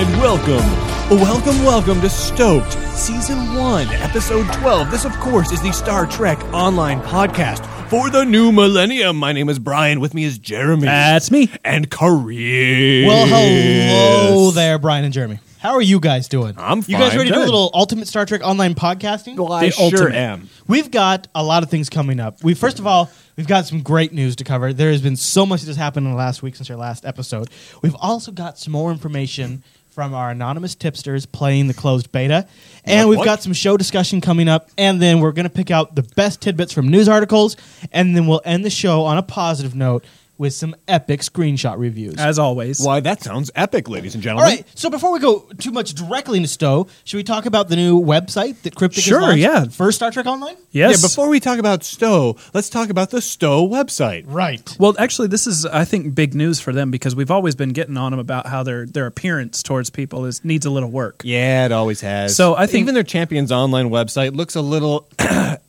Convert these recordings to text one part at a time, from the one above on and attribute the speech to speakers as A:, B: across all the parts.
A: Welcome, welcome, welcome to Stoked Season 1, Episode 12. This, of course, is the Star Trek Online podcast for the new millennium. My name is Brian. With me is Jeremy.
B: That's me.
A: and Kareem.
C: Well, hello there, Brian and Jeremy. How are you guys doing?
A: I'm
C: You guys
A: fine.
C: ready to do
A: Good.
C: a little Ultimate Star Trek online podcasting?
A: Well, I
B: The
A: sure
B: ultimate.
A: am.
C: We've got a lot of things coming up. We first of all, we've got some great news to cover. There has been so much that has happened in the last week since our last episode. We've also got some more information from our anonymous tipsters playing the closed beta, and
A: What,
C: we've
A: what?
C: got some show discussion coming up. And then we're going to pick out the best tidbits from news articles, and then we'll end the show on a positive note with some epic screenshot reviews.
B: As always.
A: Why, that sounds epic, ladies and
C: All
A: gentlemen.
C: right. So before we go too much directly into Stowe, should we talk about the new website that Cryptic has
B: Sure,
C: launched
B: yeah.
C: for Star Trek Online?
B: Yes.
A: Yeah, before we talk about Stowe, let's talk about the Stowe website.
C: Right.
B: well, actually, this is I think big news for them because we've always been getting on them about how their their appearance towards people is needs a little work.
A: Yeah, it always has.
B: So, I think-
A: even their Champions Online website looks a little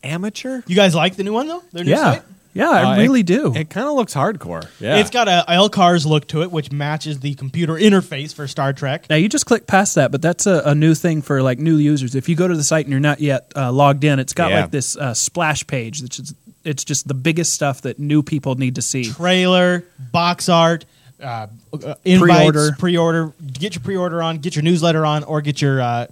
A: amateur.
C: You guys like the new one though? Their new
B: yeah,
C: site?
B: Yeah, I
A: Uh, it-
B: really do.
A: It kind of looks hardcore. Yeah,
C: It's got a IL Cars look to it, which matches the computer interface for Star Trek.
B: now you just click past that, but that's a, a new thing for like new users. If you go to the site and you're not yet uh, logged in, it's got
A: Yeah.
B: like this uh, splash page that's just, it's just the biggest stuff that new people need to see.
C: Trailer, box art, uh, uh, invites,
B: Pre-order.
C: pre-order. Get your pre-order on. Get your newsletter on, or get your uh,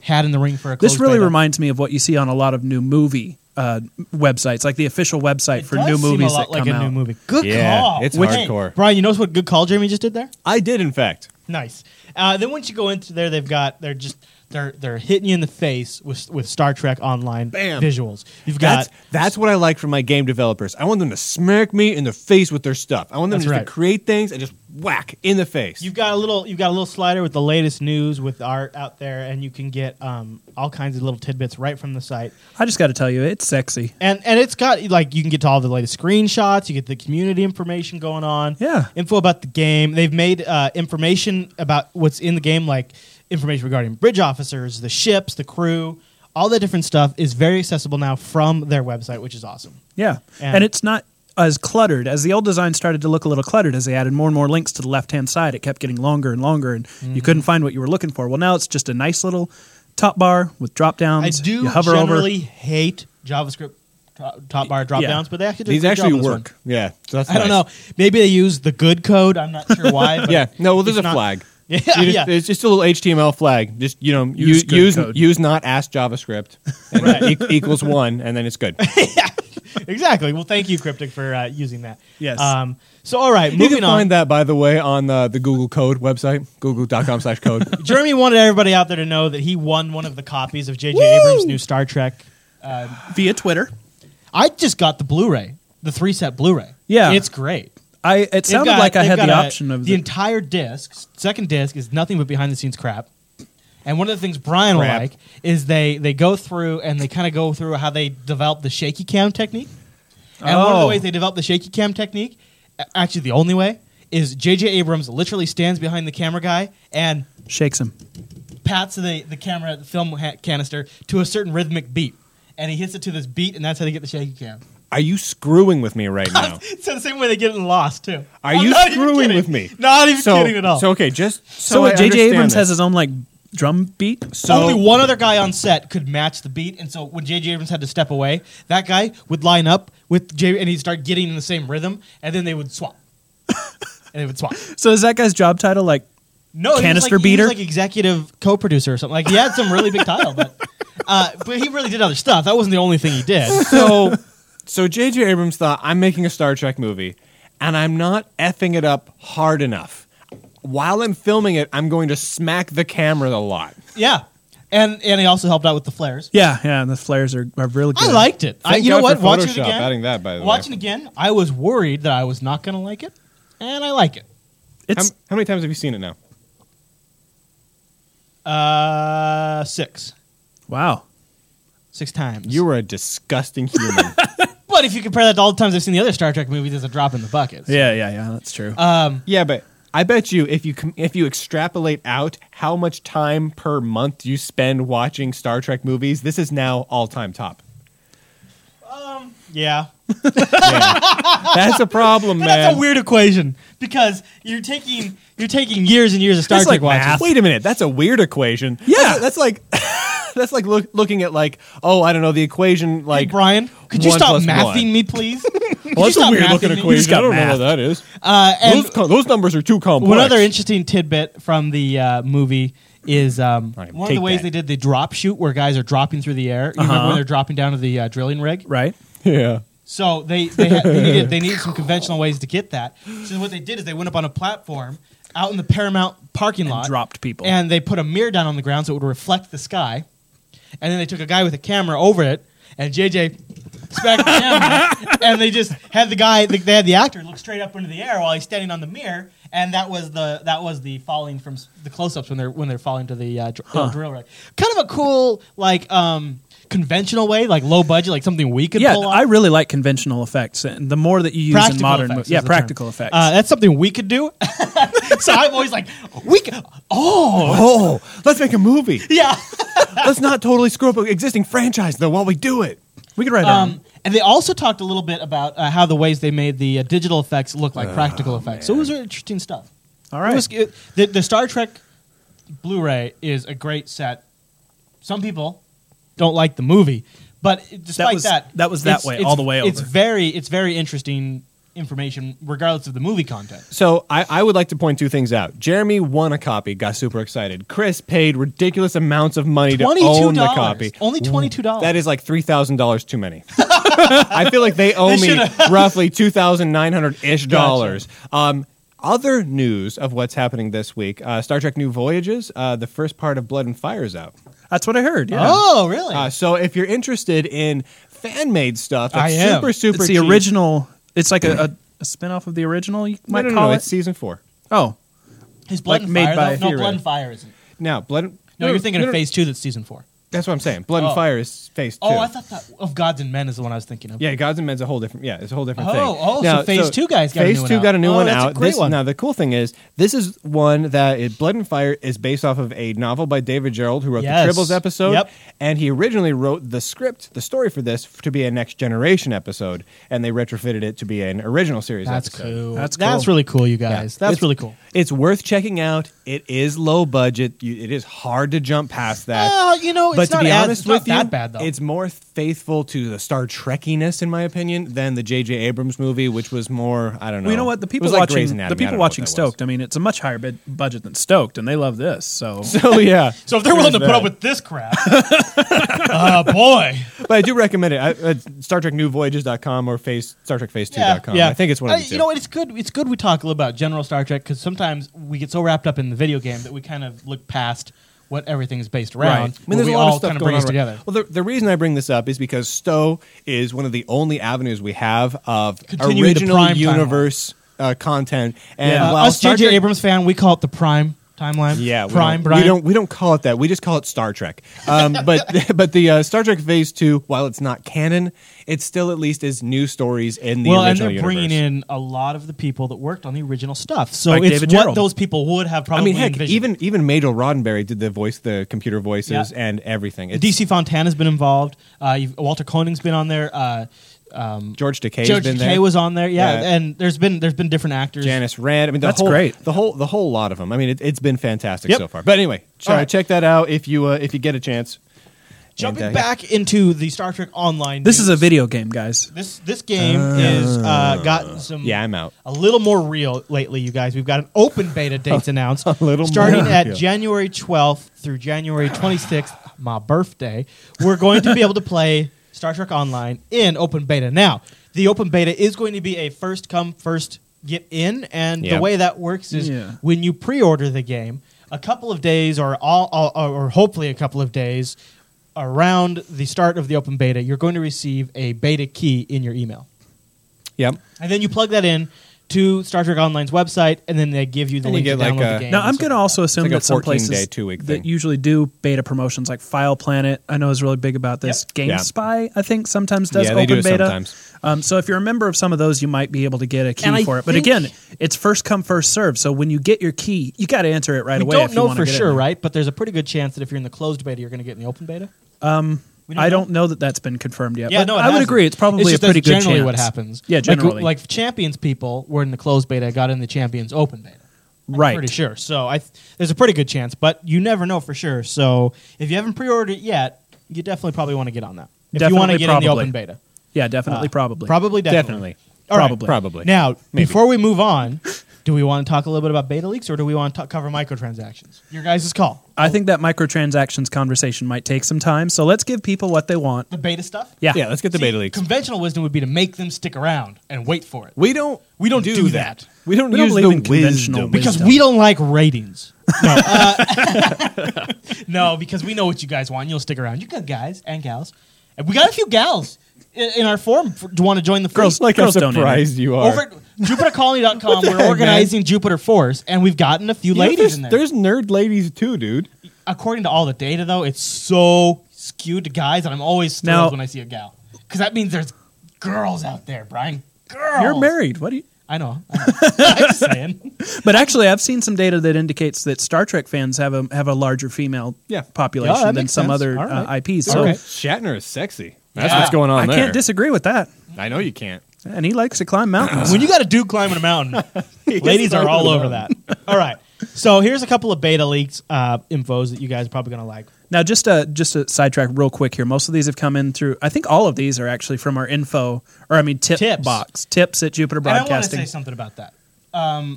C: hat in the ring for a.
B: This
C: closed
B: really
C: beta.
B: reminds me of what you see on a lot of new movie uh, websites, like the official website
C: It
B: for
C: does
B: new
C: seem
B: movies
C: a lot
B: that
C: like
B: come
C: a
B: out.
C: new movie. Good
A: Yeah,
C: call.
A: it's
C: Which-
A: hardcore.
C: Brian, you notice what good call Jeremy just did there?
A: I did, in fact.
C: Nice. Uh, then once you go into there, they've got they're just they're they're hitting you in the face with with Star Trek Online
A: Bam.
C: visuals. You've got
A: That's, that's what I like from my game developers. I want them to smack me in the face with their stuff. I want them
C: That's
A: just
C: right.
A: to create things and just whack in the face.
C: you've got a little you've got a little slider with the latest news with art out there, and you can get um, all kinds of little tidbits right from the site.
B: I just got to tell you, it's sexy.
C: And and it's got like you can get to all the latest screenshots. You get the community information going on.
B: Yeah.
C: info about the game. They've made uh, information about what's in the game, like information regarding bridge officers, the ships, the crew, all that different stuff is very accessible now from their website, which is awesome.
B: Yeah.
C: And-
B: And, it's not as cluttered as the old design started to look a little cluttered as they added more and more links to the left hand side. It kept getting longer and longer, and
C: Mm-hmm.
B: you couldn't find what you were looking for. Well, now it's just a nice little top bar with drop
A: Um,
C: I
B: downs.
C: do
B: You hover
C: generally
B: over.
C: hate JavaScript to- top bar drop downs, but they actually do a
A: These
C: good
A: actually
C: job on this
A: work. Yeah, so that's
C: one. I don't
A: nice.
C: know. Maybe they use the good code. I'm not sure why. But
A: Yeah, no. Well,
C: it's
A: there's a
C: not-
A: flag.
C: Yeah,
A: You just-
C: yeah.
A: It's just a little HTML flag. Just you know, use
B: Use good
A: use,
B: code.
A: use not ask JavaScript and e- equals one, and then it's good.
C: exactly. Well, thank you, Cryptic, for uh, using that.
B: Yes.
C: Um, so, all right,
A: you
C: moving
A: can
C: on.
A: find that, by the way, on uh, the, the Google Code website, google.com/code.
C: Jeremy wanted everybody out there to know that he won one of the copies of J.J. Abrams' new Star Trek.
B: via Twitter.
C: I just got the Blu-ray, the three-set Blu-ray.
B: Yeah.
C: it's great.
B: I it
C: They've
B: sounded
C: got-
B: like I
C: they've
B: had
C: got
B: the
C: a-
B: option of
C: the
B: the-
C: entire disc. Second disc is nothing but behind-the-scenes crap. And one of the things Brian
A: Crap.
C: will like is they they go through and they kind of go through how they develop the shaky cam technique. And one of the
B: Oh.
C: ways they develop the shaky cam technique, a- actually the only way, is J.J. Abrams literally stands behind the camera guy and
B: shakes him.
C: pats the, the camera the film ha- canister to a certain rhythmic beat and he hits it to this beat and that's how they get the shaky cam
A: Are you screwing with me right now?
C: so the same way they get it in lost too
A: Are
C: I'm
A: you
C: not even
A: screwing
C: kidding.
A: with me?
C: not even
A: so,
C: kidding at all
A: So okay, just so,
B: So,
A: I
B: what J.J.
A: understand
B: Abrams
A: this.
B: has his own like drum beat.
A: So
C: only one other guy on set could match the beat and so when jj abrams had to step away that guy would line up with j and he'd start getting in the same rhythm and then they would swap and they would swap
B: So is that guy's job title like?
C: No, he was
B: Canister
C: like, he was
B: beater?
C: like executive co-producer or something. Like he had some really big title, but uh, but he really did other stuff. That wasn't the only thing he did.
A: so so J.J. Abrams thought I'm making a Star Trek movie, and I'm not effing it up hard enough. While I'm filming it, I'm going to smack the camera a lot.
C: Yeah, and and he also helped out with the flares.
B: Yeah, yeah. The flares are, are really good.
C: I liked it. I,
A: Thank
C: you know
A: God
C: what?
A: for
C: Watching it
A: Photoshop,
C: again,
A: adding that, by the way.
C: watching again, I was worried that I was not going to like it, and I like it.
A: How,
B: It's
A: how many times have you seen it now?
C: Uh, six,
B: wow.
C: six times.
A: You were a disgusting human.
C: but if you compare that to all the times I've seen the other Star Trek movies, it's a drop in the bucket.
B: Yeah, yeah, yeah. That's true.
C: Um,
A: yeah, but I bet you if you com- if you extrapolate out how much time per month you spend watching Star Trek movies, this is now all time top.
C: yeah.
A: That's a problem,
C: But
A: man.
C: that's a weird equation because you're taking You're taking years and years of Star
A: That's
C: Trek
A: like
C: watches.
A: math. Wait a minute, that's a weird equation.
B: Yeah.
A: that's, that's like that's like look, looking at like oh I don't know the equation like
C: Brian, could you
A: one
C: stop
A: plus
C: mathing
A: one.
C: me, please?
A: Well, that's a weird looking
B: You just
A: equation.
B: got
A: I don't
B: math.
A: know what that is.
C: Uh, and
A: those, co- those numbers are too complex.
C: One other interesting tidbit from the uh, movie is um,
A: All right,
C: one of
A: take
C: the ways
A: that. Uh-huh.
C: they did the drop shoot where guys are dropping through the air. You remember when they're dropping down to the uh, drilling rig?
B: right?
A: yeah.
C: So they they, had, they needed they needed some conventional ways to get that. So what they did is they went up on a platform out in the Paramount parking lot,
B: dropped people.
C: and they put a mirror down on the ground so it would reflect the sky. And then they took a guy with a camera over it, and JJ smacked the camera, and they just had the guy they had the actor look straight up into the air while he's standing on the mirror. And that was the that was the falling from s- the close-ups when they're when they're falling to the uh, dr- uh, drill rig. Kind of a cool like um, conventional way, like low budget, like something we could
B: Yeah,
C: pull off.
B: I really like conventional effects, and the more that you use in modern,
C: effects
B: mo- yeah,
C: is the term.
B: practical effects.
C: Uh, that's something we could do. so I'm always like, we could. Oh,
A: Oh, let's make a movie.
C: yeah.
A: let's not totally screw up an existing franchise though while we do it.
B: we could write on.
C: Um, and they also talked a little bit about uh, how the ways they made the uh, digital effects look
A: Oh,
C: like practical effects. So those are interesting stuff.
B: All
C: It
B: right.
C: was- it- the, the Star Trek Blu-ray is a great set. Some people don't like the movie, but it- despite that,
B: was- that was that
C: it's-
B: way,
C: it's-
B: all the way
C: It's
B: over.
C: very, it's very interesting information, regardless of the movie content.
A: So I, I would like to point two things out. Jeremy won a copy, got super excited. Chris paid ridiculous amounts of money to own the
C: $22.
A: copy.
C: Only $22.
A: That is like three thousand dollars too many. I feel like they owe
C: They
A: me roughly two thousand nine hundred ish dollars. Um, other news of what's happening this week: uh, Star Trek: New Voyages. Uh, the first part of Blood and Fire is out.
B: That's what I heard. Yeah.
C: Oh, really?
A: Uh, so if you're interested in fan made stuff, that's
C: I am.
A: super super.
B: it's the
A: cheap-
B: original. It's like a, a, a spin-off of the original. You
A: No,
B: might
A: no, no,
B: call
A: no,
B: it.
A: it's season four.
B: oh,
C: His
B: Like
C: blood and
B: made
C: fire.
B: by
C: though? no,
A: Fury.
C: blood and fire isn't.
A: Now, Blood.
C: No, you're thinking
A: no,
C: of
A: no,
C: Phase Two. That's season four.
A: That's what I'm saying. Blood
C: Oh.
A: and Fire is phase two.
C: Oh, I thought that of Gods and Men is the one I was thinking of.
A: Yeah, Gods and Men's a whole different. Yeah, it's a whole different
C: Oh,
A: thing.
C: oh, so Phase Two guys got a
A: Phase
C: new one
A: two
C: out.
A: got a new
C: Oh,
A: one
C: that's a
A: out.
C: great
A: This-
C: one.
A: Now the cool thing is, this is one that it, Blood and Fire is based off of a novel by David Gerald, who wrote
C: Yes.
A: the Tribbles episode.
C: Yep.
A: And he originally wrote the script, the story for this, to be a Next Generation episode, and they retrofitted it to be an original series.
C: that's
A: episode.
C: cool.
B: That's
C: that's
B: cool.
C: really cool, you
A: Yeah.
C: guys. That's
A: It's-
C: really cool.
A: It's worth checking out. It is low budget. You, it is hard to jump past that.
C: Well, you know, it's
A: but
C: not
A: to be
C: as-
A: honest
C: it's
A: with
C: not that
A: you,
C: bad, though.
A: it's more faithful to the Star Trekkiness, in my opinion, than the J.J. Abrams movie, which was more I don't know.
B: well, you know what? The
A: It
B: people
A: was like Grey's
B: watching
A: Anatomy.
B: the
A: I
B: people
A: don't know what
B: watching
A: that
B: Stoked. I mean, it's a much higher bid, budget than Stoked, and they love this. So
A: was. So yeah,
C: So if they're willing to put up with this crap, uh, boy.
A: but I do recommend it. I, uh, Star Trek New Voyages.com or Phase Star Trek Phase Two dot com. I think it's one
C: Uh,
A: of the two.
C: You know what? It's good. It's good we talk a little about general Star Trek because sometimes we get so wrapped up in the video game that we kind of look past what everything is based around.
A: I mean,
C: where
A: there's
C: we
A: a lot
C: all
A: of stuff
C: kind of
A: going
C: bring
A: on
C: us
A: right-
C: together.
A: Well, the, the reason I bring this up is because Stowe is one of the only avenues we have of
C: Continuing the
A: original
C: prime
A: universe uh, content. And
C: Uh,
A: while
C: us
A: Star
C: JJ
A: Trek-
C: Abrams fan, we call it the Prime timeline.
A: Yeah, we
C: Prime.
A: Don't,
C: Brian.
A: We don't we don't call it that. We just call it Star Trek. Um, but but the uh, Star Trek Phase Two, while it's not canon, it still at least is new stories in the
C: well, and
A: original
C: they're bringing
A: universe.
C: in a lot of the people that worked on the original stuff. So
B: Like
C: it's
B: David
C: what
B: Gerald.
C: those people would have
A: I
C: probably
A: mean, heck,
C: envisioned.
A: even even Major Roddenberry did the voice, the computer voices,
C: Yeah.
A: and everything. It's
C: DC Fontana's been involved. Uh, you've, Walter Koenig's been on there. Uh, um,
A: George Takei.
C: George
A: been
C: Takei
A: there.
C: was on there. Yeah,
A: Yeah.
C: and there's been there's been different actors.
A: Janice Rand. I mean, the
B: That's
A: whole,
B: great.
A: The whole the whole lot of them. I mean, it, it's been fantastic
C: Yep.
A: so far. But anyway,
C: All
A: try,
C: right.
A: check that out if you uh, if you get a chance.
C: Jumping
A: And, uh,
C: back into the Star Trek Online.
B: this is a
C: news.
B: video game, guys.
C: This this game is uh, gotten some
A: Yeah, I'm out.
C: a little more real lately, you guys. We've got an open beta dates announced, a
A: little
C: starting
A: more
C: at
A: real.
C: January 12th through January 26th, my birthday. We're going to be able to play Star Trek Online in open beta. Now, the open beta is going to be a first come first get in, and
A: Yeah.
C: the way that works is
B: Yeah.
C: when you pre-order the game, a couple of days or all, all or hopefully a couple of days around the start of the open beta, you're going to receive a beta key in your email.
A: Yep.
C: And then you plug that in to Star Trek Online's website, and then they give you the
A: And you
C: link to
A: get like
C: download
A: a-
C: the game.
B: Now, I'm going to also assume
A: like a
B: that some
A: 14
B: places
A: day, two-week thing.
B: that usually do beta promotions, like File Planet, I know is really big about this.
C: Yep.
B: Game
A: Yeah.
B: Spy, I think sometimes does
A: Yeah, they
B: open
A: do it
B: beta.
A: sometimes.
B: Um, so if you're a member of some of those, you might be able to get a
C: And I
B: key for it. But
C: think-
B: again, it's first come, first serve. So when you get your key, you got to answer it right
C: we
B: away.
C: don't
B: if you
C: know
B: wanna
C: for
B: get in
C: sure,
B: there.
C: right? But there's a pretty good chance that if you're in the closed beta, you're going to get in the open beta. Um,
B: I don't know that that's been confirmed yet.
C: Yeah,
B: but
C: no, it
B: I would
C: hasn't.
B: agree. It's probably
C: just
B: a pretty
C: that's
B: good
C: generally
B: chance.
C: what happens.
B: Yeah,
C: Like-
B: generally.
C: Like, champions people were in the closed beta, got in the champions open beta.
B: right.
C: pretty sure. So I th- there's a pretty good chance, but you never know for sure. So if you haven't pre-ordered it yet, you definitely probably want to get on that. If you want
B: Definitely,
C: to get in the
B: probably.
C: open beta.
B: Yeah, definitely,
C: Uh,
B: probably.
C: Probably definitely.
A: Definitely.
C: All right.
B: Probably.
A: Probably.
C: Now,
A: Maybe.
C: before we move on, do we want to talk a little bit about beta leaks or do we want to cover microtransactions? Your guys' call.
B: I think that microtransactions conversation might take some time, so let's give people what they want.
C: The beta stuff?
B: Yeah.
A: yeah, let's get the
C: See,
A: beta leaks.
C: Conventional wisdom would be to make them stick around and wait for it.
D: We don't.
C: We don't do, that.
D: We don't
B: We don't
D: use
B: believe in
D: the
B: conventional
D: wisdom.
C: Because
B: wisdom.
C: we don't like ratings. No, uh, no, because we know what you guys want. and You'll stick around. You got guys and gals. And we got a few gals in, in our forum for, to want to join the fleet.
B: Girls,
A: Like how
B: girls don't enter.
A: surprised you are.
C: Over at JupiterColony.com, we're
A: heck,
C: organizing Jupiter Force, and we've gotten a few
A: You know,
C: ladies
A: there's,
C: in there.
A: there's nerd ladies too, dude.
C: According to all the data, though, it's so skewed to guys, and I'm always thrilled
B: Now-
C: when I see a gal. Because that means there's girls out there, Brian. Girls.
B: You're married. What do you?
C: I know. I know. I'm just saying.
B: But actually, I've seen some data that indicates that Star Trek fans have a have a larger female
A: Yeah.
B: population
C: Yeah, that
B: than
C: makes
B: some
C: sense.
B: other
C: All
B: uh,
C: right.
B: IPs. So
C: Okay.
A: Shatner is sexy. That's
C: Yeah.
A: what's going on
B: I
A: there.
B: can't disagree with that.
A: I know you can't.
B: And he likes to climb mountains.
C: when you got a dude climbing a mountain, ladies are all over that. All right. So here's a couple of beta leaks uh, infos that you guys are probably going to like.
B: Now, just a just a sidetrack real quick here. Most of these have come in through. I think all of these are actually from our info or I mean tip
C: Tips.
B: box tips at Jupiter
C: And I want to
B: Broadcasting.
C: say something about that.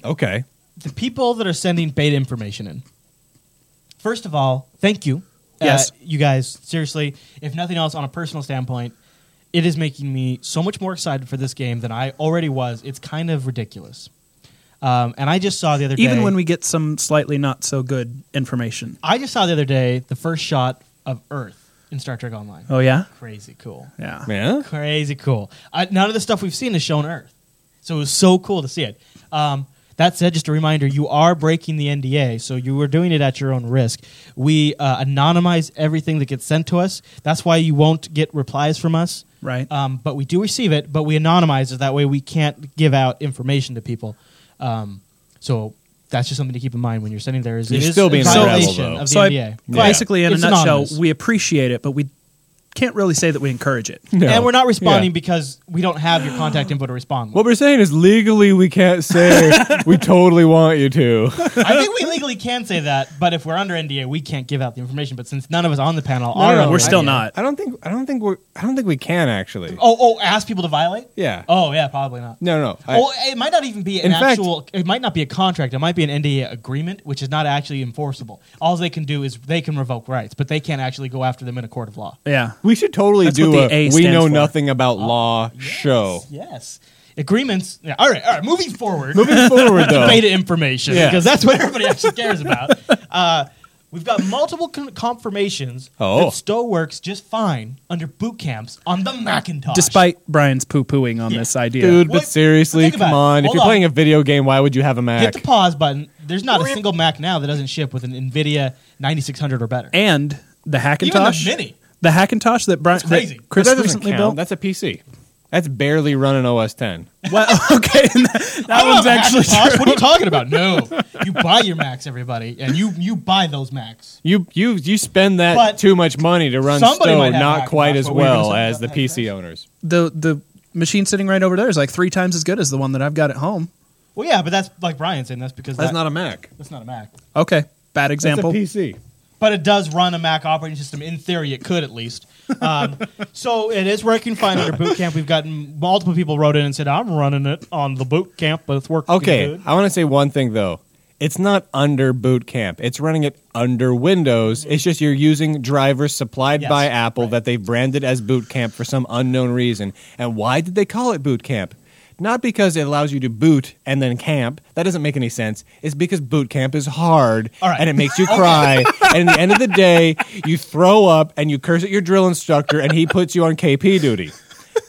A: Okay.
C: the people that are sending beta information in. First of all, thank you.
B: Yes.
C: Uh, you guys, seriously, if nothing else, on a personal standpoint, it is making me so much more excited for this game than I already was. It's kind of ridiculous. Um, and I just saw the other day.
B: Even when we get some slightly not so good information.
C: I just saw the other day the first shot of Earth in Star Trek Online.
B: Oh yeah,
C: Crazy cool.
B: yeah.
A: Yeah.
C: Crazy cool. Uh, none of the stuff we've seen is shown Earth, so it was so cool to see it. Um, that said, just a reminder: you are breaking the NDA, so you are doing it at your own risk. We uh, anonymize everything that gets sent to us. That's why you won't get replies from us,
B: Right.
C: Um, but we do receive it, but we anonymize it. That way, we can't give out information to people. Um, so. That's just something to keep in mind when you're sending there. Is it
A: You're
C: is
A: still
C: a
A: being
B: a rebel,
C: violation
A: though.
C: of the
B: So I,
C: NDA.
B: basically, in a
C: It's
B: nutshell,
C: anonymous.
B: we appreciate it, but we can't really say that we encourage it.
A: No.
C: and we're not responding
A: Yeah.
C: because we don't have your contact info to respond. with.
A: What we're saying is legally we can't say we totally want you to.
C: I think we legally can say that, but if we're under NDA, we can't give out the information. But since none of us on the panel are,
B: no,
C: under
B: we're still
C: NDA.
B: not.
A: I don't think I don't think we I don't think we can actually.
C: Oh, oh, ask people to violate.
A: Yeah.
C: Oh, yeah, probably not.
A: No, no. I-
C: oh, it might not even be an
A: In fact-
C: actual. it might not be a contract. It might be an NDA agreement, which is not actually enforceable. All they can do is they can revoke rights, but they can't actually go after them in a court of law.
B: Yeah.
A: we should totally
B: That's
A: do
B: what
A: a,
B: the A
A: we
B: stands
A: know
B: for.
A: nothing about law show.
C: Yes. Agreements. Yeah. All right. All right. Moving forward.
A: Moving forward
C: the
A: though.
C: beta information
A: Yeah.
C: because that's what everybody actually cares about. Uh, we've got multiple con- confirmations
A: Oh.
C: that Stow works just fine under boot camps on the Macintosh.
B: Despite Brian's poo pooing on
C: Yeah.
B: this idea.
A: Dude,
C: What-
A: but seriously,
C: think about
A: come
C: it.
A: on. If
C: Hold
A: you're
C: on.
A: playing a video game, why would you have a Mac?
C: hit the pause button. There's not a single Mac now that doesn't ship with an NVIDIA 9600 or better.
B: And the
C: Even the
B: Hackintosh.
C: Mini.
B: The Hackintosh that Brian
C: crazy.
B: that Chris
A: But that doesn't
B: recently
A: count.
B: built.
A: That's a PC. That's barely running OS 10.
B: Well, okay, and that, that
C: I don't
B: one's
C: have a
B: actually
C: Macintosh. What are you talking about? No, you buy your Macs, everybody, and you you buy those Macs.
A: You you you spend that
C: But
A: too much money to run
C: somebody
A: Stowe
C: might have
A: not
C: Macintosh,
A: quite as
C: but we were gonna
A: well
C: say
A: as the
C: about
A: PC owners.
B: the the machine sitting right over there is like three times as good as the one that I've got at home.
C: Well, yeah, but that's like Brian saying that's because that-
A: a Mac.
C: that's not a Mac.
B: Okay, bad example.
A: That's a PC.
C: but it does run a Mac operating system. In theory, it could at least. Um, so it is working fine under boot camp. We've gotten multiple people wrote in and said, "I'm running it on the boot camp, but it's working
A: Okay,
C: good."
A: I want to say one thing though. It's not under boot camp. It's running it under Windows. It's just you're using drivers supplied
C: Yes,
A: by Apple
C: right.
A: that they've branded as boot camp for some unknown reason. And why did they call it boot camp? Not because it allows you to boot and then camp. That doesn't make any sense. It's because boot camp is hard
C: All right.
A: and it makes you cry. and at the end of the day, you throw up and you curse at your drill instructor and he puts you on KP duty.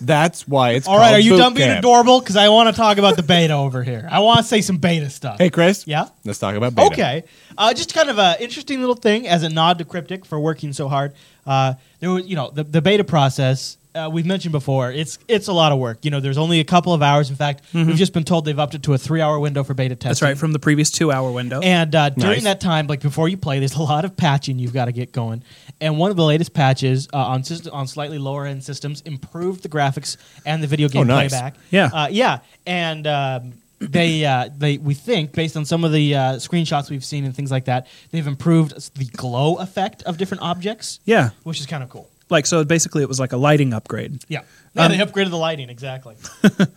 A: That's why it's
C: All right,
A: called
C: are you
A: boot
C: done being
A: camp.
C: adorable? Because I want to talk about the beta over here. I want to say some beta stuff.
A: Hey, Chris.
C: Yeah?
A: Let's talk about beta.
C: Okay, uh, just kind of an interesting little thing as a nod to Cryptic for working so hard. Uh, there was, you know, the, the beta process uh, we've mentioned before. It's it's a lot of work. You know, there's only a couple of hours. In fact,
A: Mm-hmm.
C: we've just been told they've upped it to a three-hour window for beta testing.
B: That's right, from the previous two hour window.
C: And uh, during
A: Nice.
C: that time, like before you play, there's a lot of patching you've got to get going. And one of the latest patches uh, on system, on slightly lower end systems improved the graphics and the video game
A: nice.
C: playback.
B: Oh, Yeah.
C: uh, yeah, and um, they uh, they we think based on some of the uh, screenshots we've seen and things like that, they've improved s- the glow effect of different objects.
B: Yeah.
C: which is kind of cool.
B: Like so, basically, it was like a lighting upgrade,
C: Yeah, yeah,
B: Um,
C: they upgraded the lighting exactly.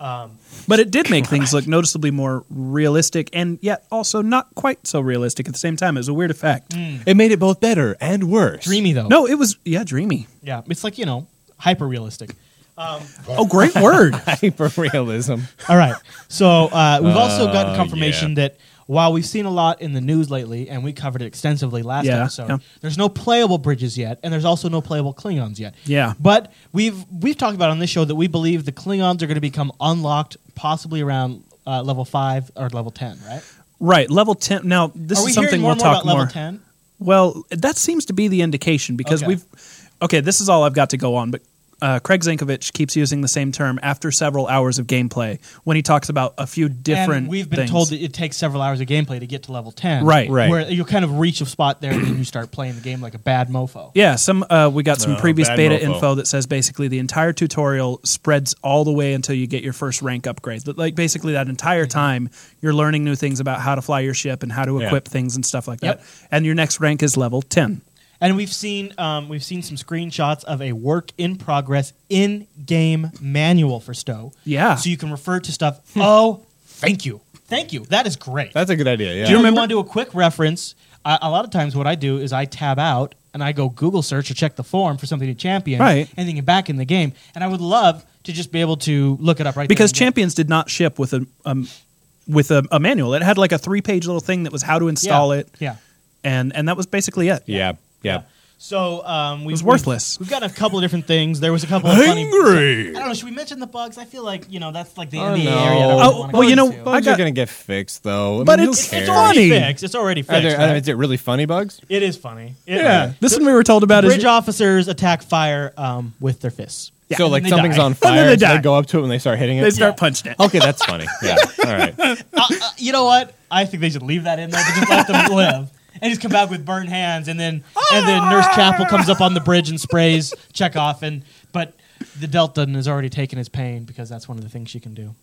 C: um,
B: but it did make things look noticeably more realistic, and yet also not quite so realistic at the same time. It was a weird effect.
C: Mm.
A: It made it both better and worse.
C: dreamy though.
B: No, it was yeah, dreamy.
C: yeah, it's like you know, hyper realistic.
B: Oh, great word.
A: Hyper realism.
C: All right. So uh, we've also gotten
E: Uh,
C: confirmation
E: yeah.
C: that while we've seen a lot in the news lately, and we covered it extensively last
B: Yeah,
C: episode,
B: yeah.
C: there's no playable bridges yet, and there's also no playable Klingons yet.
B: Yeah.
C: But we've we've talked about on this show that we believe the Klingons are going to become unlocked, possibly around uh, level five or level ten. Right?
B: right, level ten. Now this
C: are
B: is
C: we
B: something
C: hearing more
B: we'll
C: and more
B: talk
C: about
B: more.
C: level ten?
B: Well, that seems to be the indication because
C: Okay.
B: we've. Okay, this is all I've got to go on, but uh, Craig Zankovich keeps using the same term after several hours of gameplay when he talks about a few different.
C: And we've been
B: things.
C: told that it takes several hours of gameplay to get to level ten.
B: Right. Right.
C: Where you kind of reach a spot there, and then you start playing the game like a bad mofo.
B: Yeah, some uh, we got some
E: Oh,
B: previous
E: bad
B: beta
E: mofo.
B: info that says basically the entire tutorial spreads all the way until you get your first rank upgrade. That- Like basically that entire time you're learning new things about how to fly your ship and how to
E: Mm-hmm. Yeah.
B: equip things and stuff like
C: Yep.
B: that. And your next rank is level ten.
C: And we've seen um, we've seen some screenshots of a work in progress in game manual for Stowe.
B: Yeah. Hmm.
C: So you can refer to stuff. oh, thank you, thank you. That is great.
A: That's a good idea. Yeah.
C: Do you remember? want to do a quick reference? I, a lot of times, what I do is I tab out and I go Google search or check the form for something to champion,
B: Right.
C: And then get back in the game. And I would love to just be able to look it up right
B: because
C: there and then.
B: champions did not ship with a um, with a, a manual. It had like a three page little thing that was how to install
C: Yeah.
B: it,
C: Yeah.
B: and and that was basically it.
A: yeah. Yeah.
C: So um, we,
B: was worthless.
C: We've, we've got a couple of different things. There was a couple of funny.
E: Angry.
C: I don't know. Should we mention the bugs? I feel like you know that's like the
A: Oh,
C: NBA
A: no.
C: area. That I
A: Oh,
C: wanna
B: well,
C: go
B: you know,
C: into.
B: I
A: Bugs
B: got-
A: are going to get fixed, though. I
B: But
A: mean, who
B: it's-
A: cares?
C: it's already
B: funny.
C: fixed. It's already
A: Are
C: fixed.
A: there,
C: right?
A: are, is it really funny bugs?
C: it is funny. It-
A: Yeah.
B: This one we were told about
C: Bridge
B: is
C: officers attack fire um, with their fists.
A: so,
C: and
A: like,
C: they
A: something's
C: die.
A: on
B: then
A: fire.
B: they
A: so
B: die.
A: go up to it and they start hitting it.
B: they start punching
C: Oh.
B: it.
A: Okay, that's funny. Yeah. All right.
C: Uh, uh, you know what? I think they should leave that in there. But just let them live. And just come back with burned hands, and then and then Nurse Chapel comes up on the bridge and sprays Chekhov, and but the Delta has already taken his pain because that's one of the things she can do.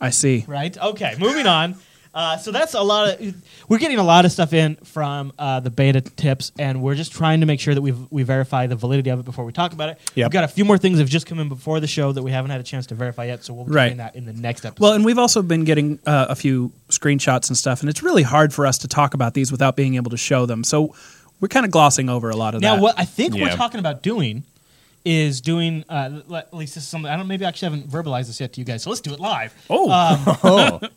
B: I see.
C: Right. Okay. Moving on. Uh, so that's a lot of. We're getting a lot of stuff in from uh, the beta tips, and we're just trying to make sure that we we verify the validity of it before we talk about it.
A: Yep.
C: We've got a few more things that have just come in before the show that we haven't had a chance to verify yet, so we'll be
B: Right.
C: doing that in the next episode.
B: Well, and we've also been getting uh, a few screenshots and stuff, and it's really hard for us to talk about these without being able to show them. So we're kind of glossing over a lot of
C: now
B: that.
C: what I think
A: Yeah.
C: we're talking about doing is doing uh, l- at least this is something I don't maybe I actually haven't verbalized this yet to you guys, so let's do it live.
B: Oh.
C: Um,
A: Oh.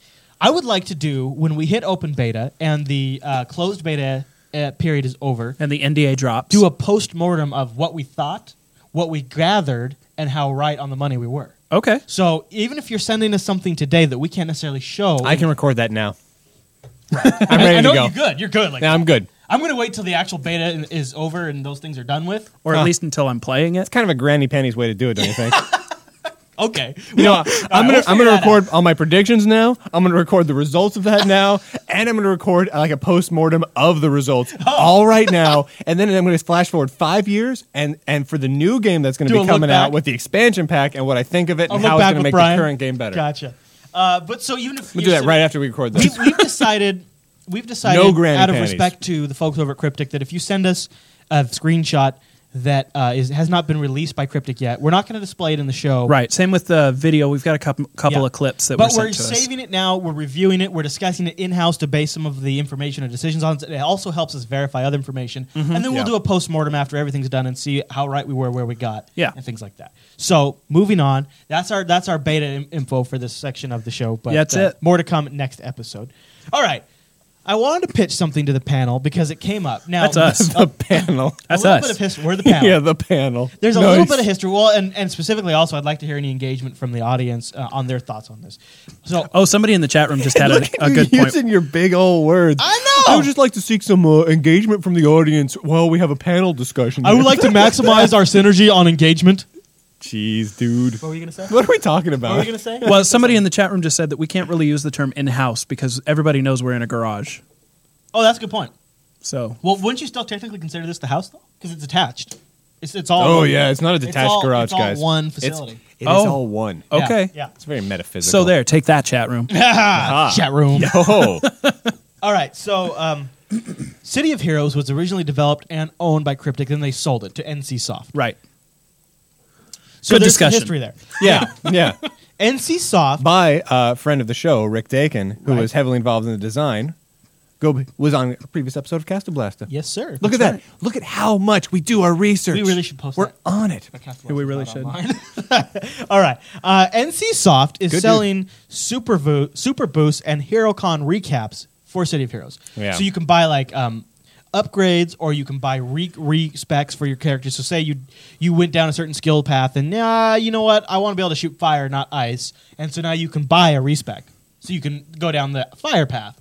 C: I would like to do when we hit open beta and the uh, closed beta uh, period is over.
B: and the NDA drops.
C: do a post mortem of what we thought, what we gathered, and how right on the money we were.
B: okay.
C: So even if you're sending us something today that we can't necessarily show,
A: I can record that now. I'm ready
C: I know
A: to go.
C: you're good. You're good. Like
A: Now I'm good.
C: I'm going to wait till the actual beta in- is over and those things are done with.
B: Or at
A: Huh.
B: least until I'm playing it.
A: It's kind of a granny panties way to do it, don't you think?
C: Okay.
A: You know, I'm
C: we'll
A: gonna I'm
C: figure
A: gonna
C: that
A: record all my predictions now. I'm gonna record the results of that now, and I'm gonna record uh, like a post mortem of the results
C: Oh.
A: all right now. And then I'm gonna flash forward five years, and and for the new game that's gonna
C: Do a
A: be
C: look
A: coming out
C: back.
A: with the expansion pack and what I think of it
C: I'll
A: and
C: look
A: how it's
C: back
A: gonna
C: with
A: make
C: Brian.
A: the current game better.
C: Gotcha. Uh, but so even if
A: We'll
C: you're
A: do that
C: sen-
A: right after we record this.
C: we've, we've decided we've decided
A: No granny
C: out of
A: panties.
C: respect to the folks over at Cryptic that if you send us a screenshot that uh, is, has not been released by Cryptic yet, we're not going to display it in the show.
B: Right. Same with the video. We've got a couple, couple
C: Yeah.
B: of clips that
C: but
B: were
C: we're
B: sent to us.
C: saving it now. We're reviewing it. We're discussing it in house to base some of the information or decisions on. It also helps us verify other information,
B: Mm-hmm.
C: and then we'll
A: Yeah.
C: do a post mortem after everything's done and see how right we were, where we got,
B: Yeah.
C: and things like that. So moving on, that's our that's our beta im- info for this section of the show. But uh,
B: That's it.
C: More to come next episode. All right. I wanted to pitch something to the panel because it came up. Now
B: That's us.
A: the panel.
C: A
B: That's
C: little
B: us.
C: bit of history. We're the panel.
A: Yeah, the panel.
C: There's a
A: Nice.
C: little bit of history. Well, and, and specifically, also, I'd like to hear any engagement from the audience uh, on their thoughts on this. So,
B: Oh, somebody in the chat room just had a,
A: Look at
B: a
A: you
B: good point.
A: using your big old words.
C: I know!
A: I would just like to seek some uh, engagement from the audience while we have a panel discussion.
C: I would
A: here.
C: like to maximize our synergy on engagement.
A: Jeez, dude.
C: What were you gonna say?
A: What are we talking about?
C: What were you gonna say?
B: Well, somebody in the chat room just said that we can't really use the term in house because everybody knows we're in a garage.
C: oh, that's a good point.
B: So
C: Well, wouldn't you still technically consider this the house though? Because it's attached. It's, it's all.
A: Oh yeah, it's not a
C: it's
A: detached
C: all-
A: garage,
C: it's all
A: guys.
C: one
A: It's-
C: facility.
A: It is
B: Oh.
A: all one.
C: Yeah,
B: Okay.
C: Yeah. Ah,
A: It's very metaphysical.
B: So there, take that chat room.
C: Chat room.
A: Oh,
C: All right. So, um, City of Heroes was originally developed and owned by Cryptic, then they sold it to NCSoft.
B: right.
C: So
B: Good
C: there's some
B: discussion.
C: history there.
A: yeah, yeah.
C: NCSoft.
A: By uh, friend of the show, Rick Dakin, who was heavily involved in the design, go was on a previous episode of Castor Blaster.
C: Yes, sir.
A: Look at that. Look at how much we do our research.
C: We really should post
A: We're
C: that.
A: on it.
B: Yeah, we really should.
C: All right. Uh, NCSoft is
A: Good
C: selling Super, Vo- Super Boost and HeroCon recaps for City of Heroes.
A: Yeah.
C: So you can buy like um, upgrades or you can buy re-, re specs for your character. So say you you went down a certain skill path and nah, you know what? I want to be able to shoot fire, not ice. And so now you can buy a respec. So you can go down the fire path.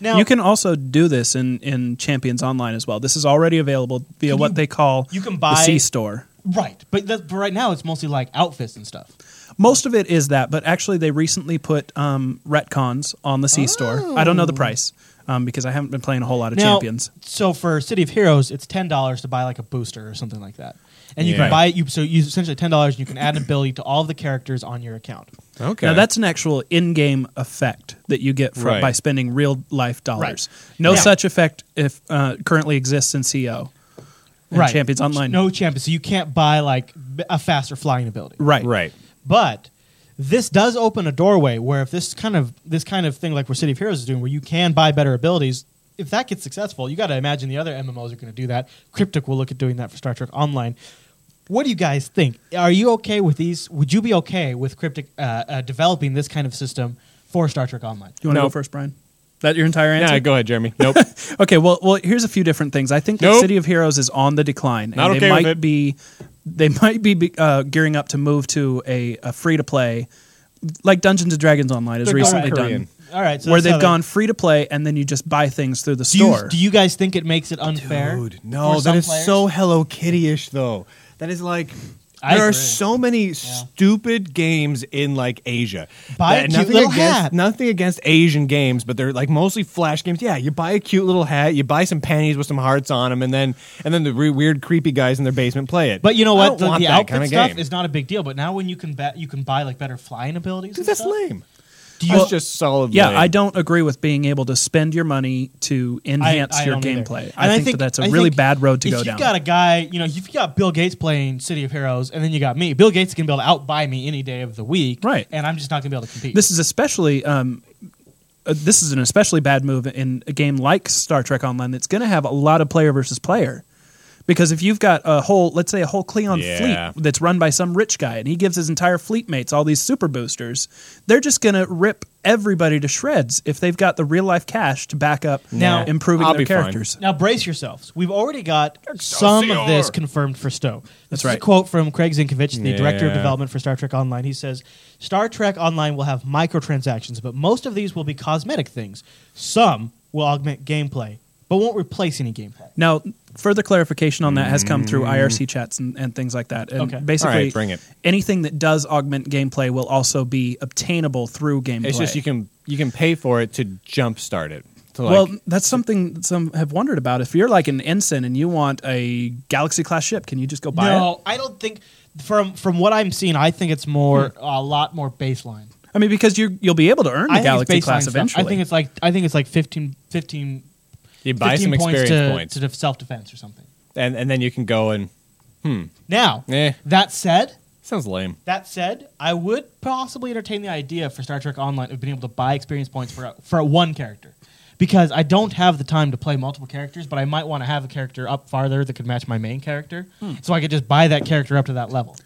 C: Now
B: you can also do this in, in Champions Online as well. This is already available via what they call
C: you can
B: the
C: buy-
B: C store.
C: right, but, that, but right now it's mostly like outfits and stuff.
B: Most of it is that, but actually, they recently put um, retcons on the C store. I don't know the price um, because I haven't been playing a whole lot of
C: Oh. Now,
B: Champions.
C: So for City of Heroes, it's ten dollars to buy like a booster or something like that, and you
A: Yeah.
C: can buy it. You, so you essentially ten dollars, and you can add an ability to all of the characters on your account.
A: Okay.
B: Now that's an actual in-game effect that you get from,
A: Right.
B: by spending real life dollars. No
C: Yeah.
B: such effect if uh, currently exists in CO, and Champions Online.
C: No champions, so you can't buy like b- a faster flying ability.
B: right,
A: right.
C: But this does open a doorway where if this kind of this kind of thing like where City of Heroes is doing, where you can buy better abilities. If that gets successful, you got to imagine the other MMOs are going to do that. Cryptic will look at doing that for Star Trek Online. What do you guys think? Are you okay with these? Would you be okay with Cryptic uh, uh, developing this kind of system for Star Trek Online?
B: You want to
A: No.
B: go first, Brian? That your entire answer?
A: Yeah, go ahead, Jeremy. Nope.
B: Okay, well, well, here's a few different things. I think that
A: Nope.
B: City of Heroes is on the decline,
A: Not
B: and
A: okay
B: they
A: with
B: might
A: it.
B: be they might be be uh, gearing up to move to a, a free to play, like Dungeons and Dragons Online is
A: They're going
B: recently
A: Korean.
B: done,
C: All right, so
B: where
C: that's how
B: they've
C: they-
B: gone free to play, and then you just buy things through the
C: Do you,
B: store.
C: do you guys think it makes it unfair?
A: Dude,
C: for
A: no,
C: some
A: that is
C: players?
A: so Hello Kitty-ish though. That is like
C: I
A: there are
C: agree.
A: so many stupid games in like Asia.
C: Buy a
A: That-
C: cute little
A: against,
C: hat.
A: Nothing against Asian games, but they're like mostly flash games. Yeah, you buy a cute little hat, you buy some panties with some hearts on them, and then and then the re- weird creepy guys in their basement play it.
C: But you know
A: I
C: what?
A: don't
C: The,
A: want
C: the
A: that
C: outfit
A: kind of
C: stuff
A: game.
C: is not a big deal. But now when you can bet, you can buy like better flying abilities.
A: Dude,
C: and
A: that's
C: stuff.
A: lame.
C: Do you
A: That's just solid.
B: Yeah,
A: lame.
B: I don't agree with being able to spend your money to enhance
C: I
B: your
C: don't either.
B: gameplay.
C: And
B: I, think, that that's a
C: I
B: really
C: think
B: bad road to
C: if
B: go
C: you've
B: down.
C: got a guy, you know, you've got Bill Gates playing City of Heroes, and then you got me. Bill Gates can be able to outbuy me any day of the week,
B: Right.
C: And I'm just not going to be able to compete.
B: this is especially um, uh, this is an especially bad move in a game like Star Trek Online that's going to have a lot of player versus player. Because if you've got a whole, let's say, a whole Cleon
A: Yeah.
B: fleet that's run by some rich guy, and he gives his entire fleet mates all these super boosters, they're just going to rip everybody to shreds if they've got the real life cash to back up
C: Now-
B: improving
A: I'll
B: their
A: be fine.
B: characters.
C: now brace yourselves. We've already got some of this confirmed for Stowe. This
B: That's
C: is a
B: right.
C: quote from Craig Zinkovich, the director of
A: Yeah.
C: development for Star Trek Online. He says, "Star Trek Online will have microtransactions, but most of these will be cosmetic things. Some will augment gameplay, but won't replace any gameplay."
B: Now, further clarification on that has come through IRC chats and, and things like that. And
C: Okay.
B: basically,
A: All Mm. right, bring it.
B: anything that does augment gameplay will also be obtainable through gameplay.
A: It's just you can you can pay for it to jumpstart it. To, like,
B: well, that's something that some have wondered about. If you're like an ensign and you want a Galaxy class ship, can you just go buy
C: no,
B: it?
C: I don't think from from what I'm seeing, I think it's more a lot more baseline.
B: I mean, because you you'll be able to earn Hmm. the
C: I think
B: Galaxy
C: it's baseline
B: class
C: stuff.
B: eventually.
C: I think it's like I think it's like 15, 15,
A: you buy
C: 15
A: some experience
C: points
A: points,
C: to, to self defense or something.
A: and and then you can go and
C: Now
A: Eh.
C: that said,
A: sounds lame.
C: that said, I would possibly entertain the idea for Star Trek Online of being able to buy experience points for for one character. Because I don't have the time to play multiple characters, but I might want to have a character up farther that could match my main character,
B: Hmm.
C: so I could just buy that character up to that level.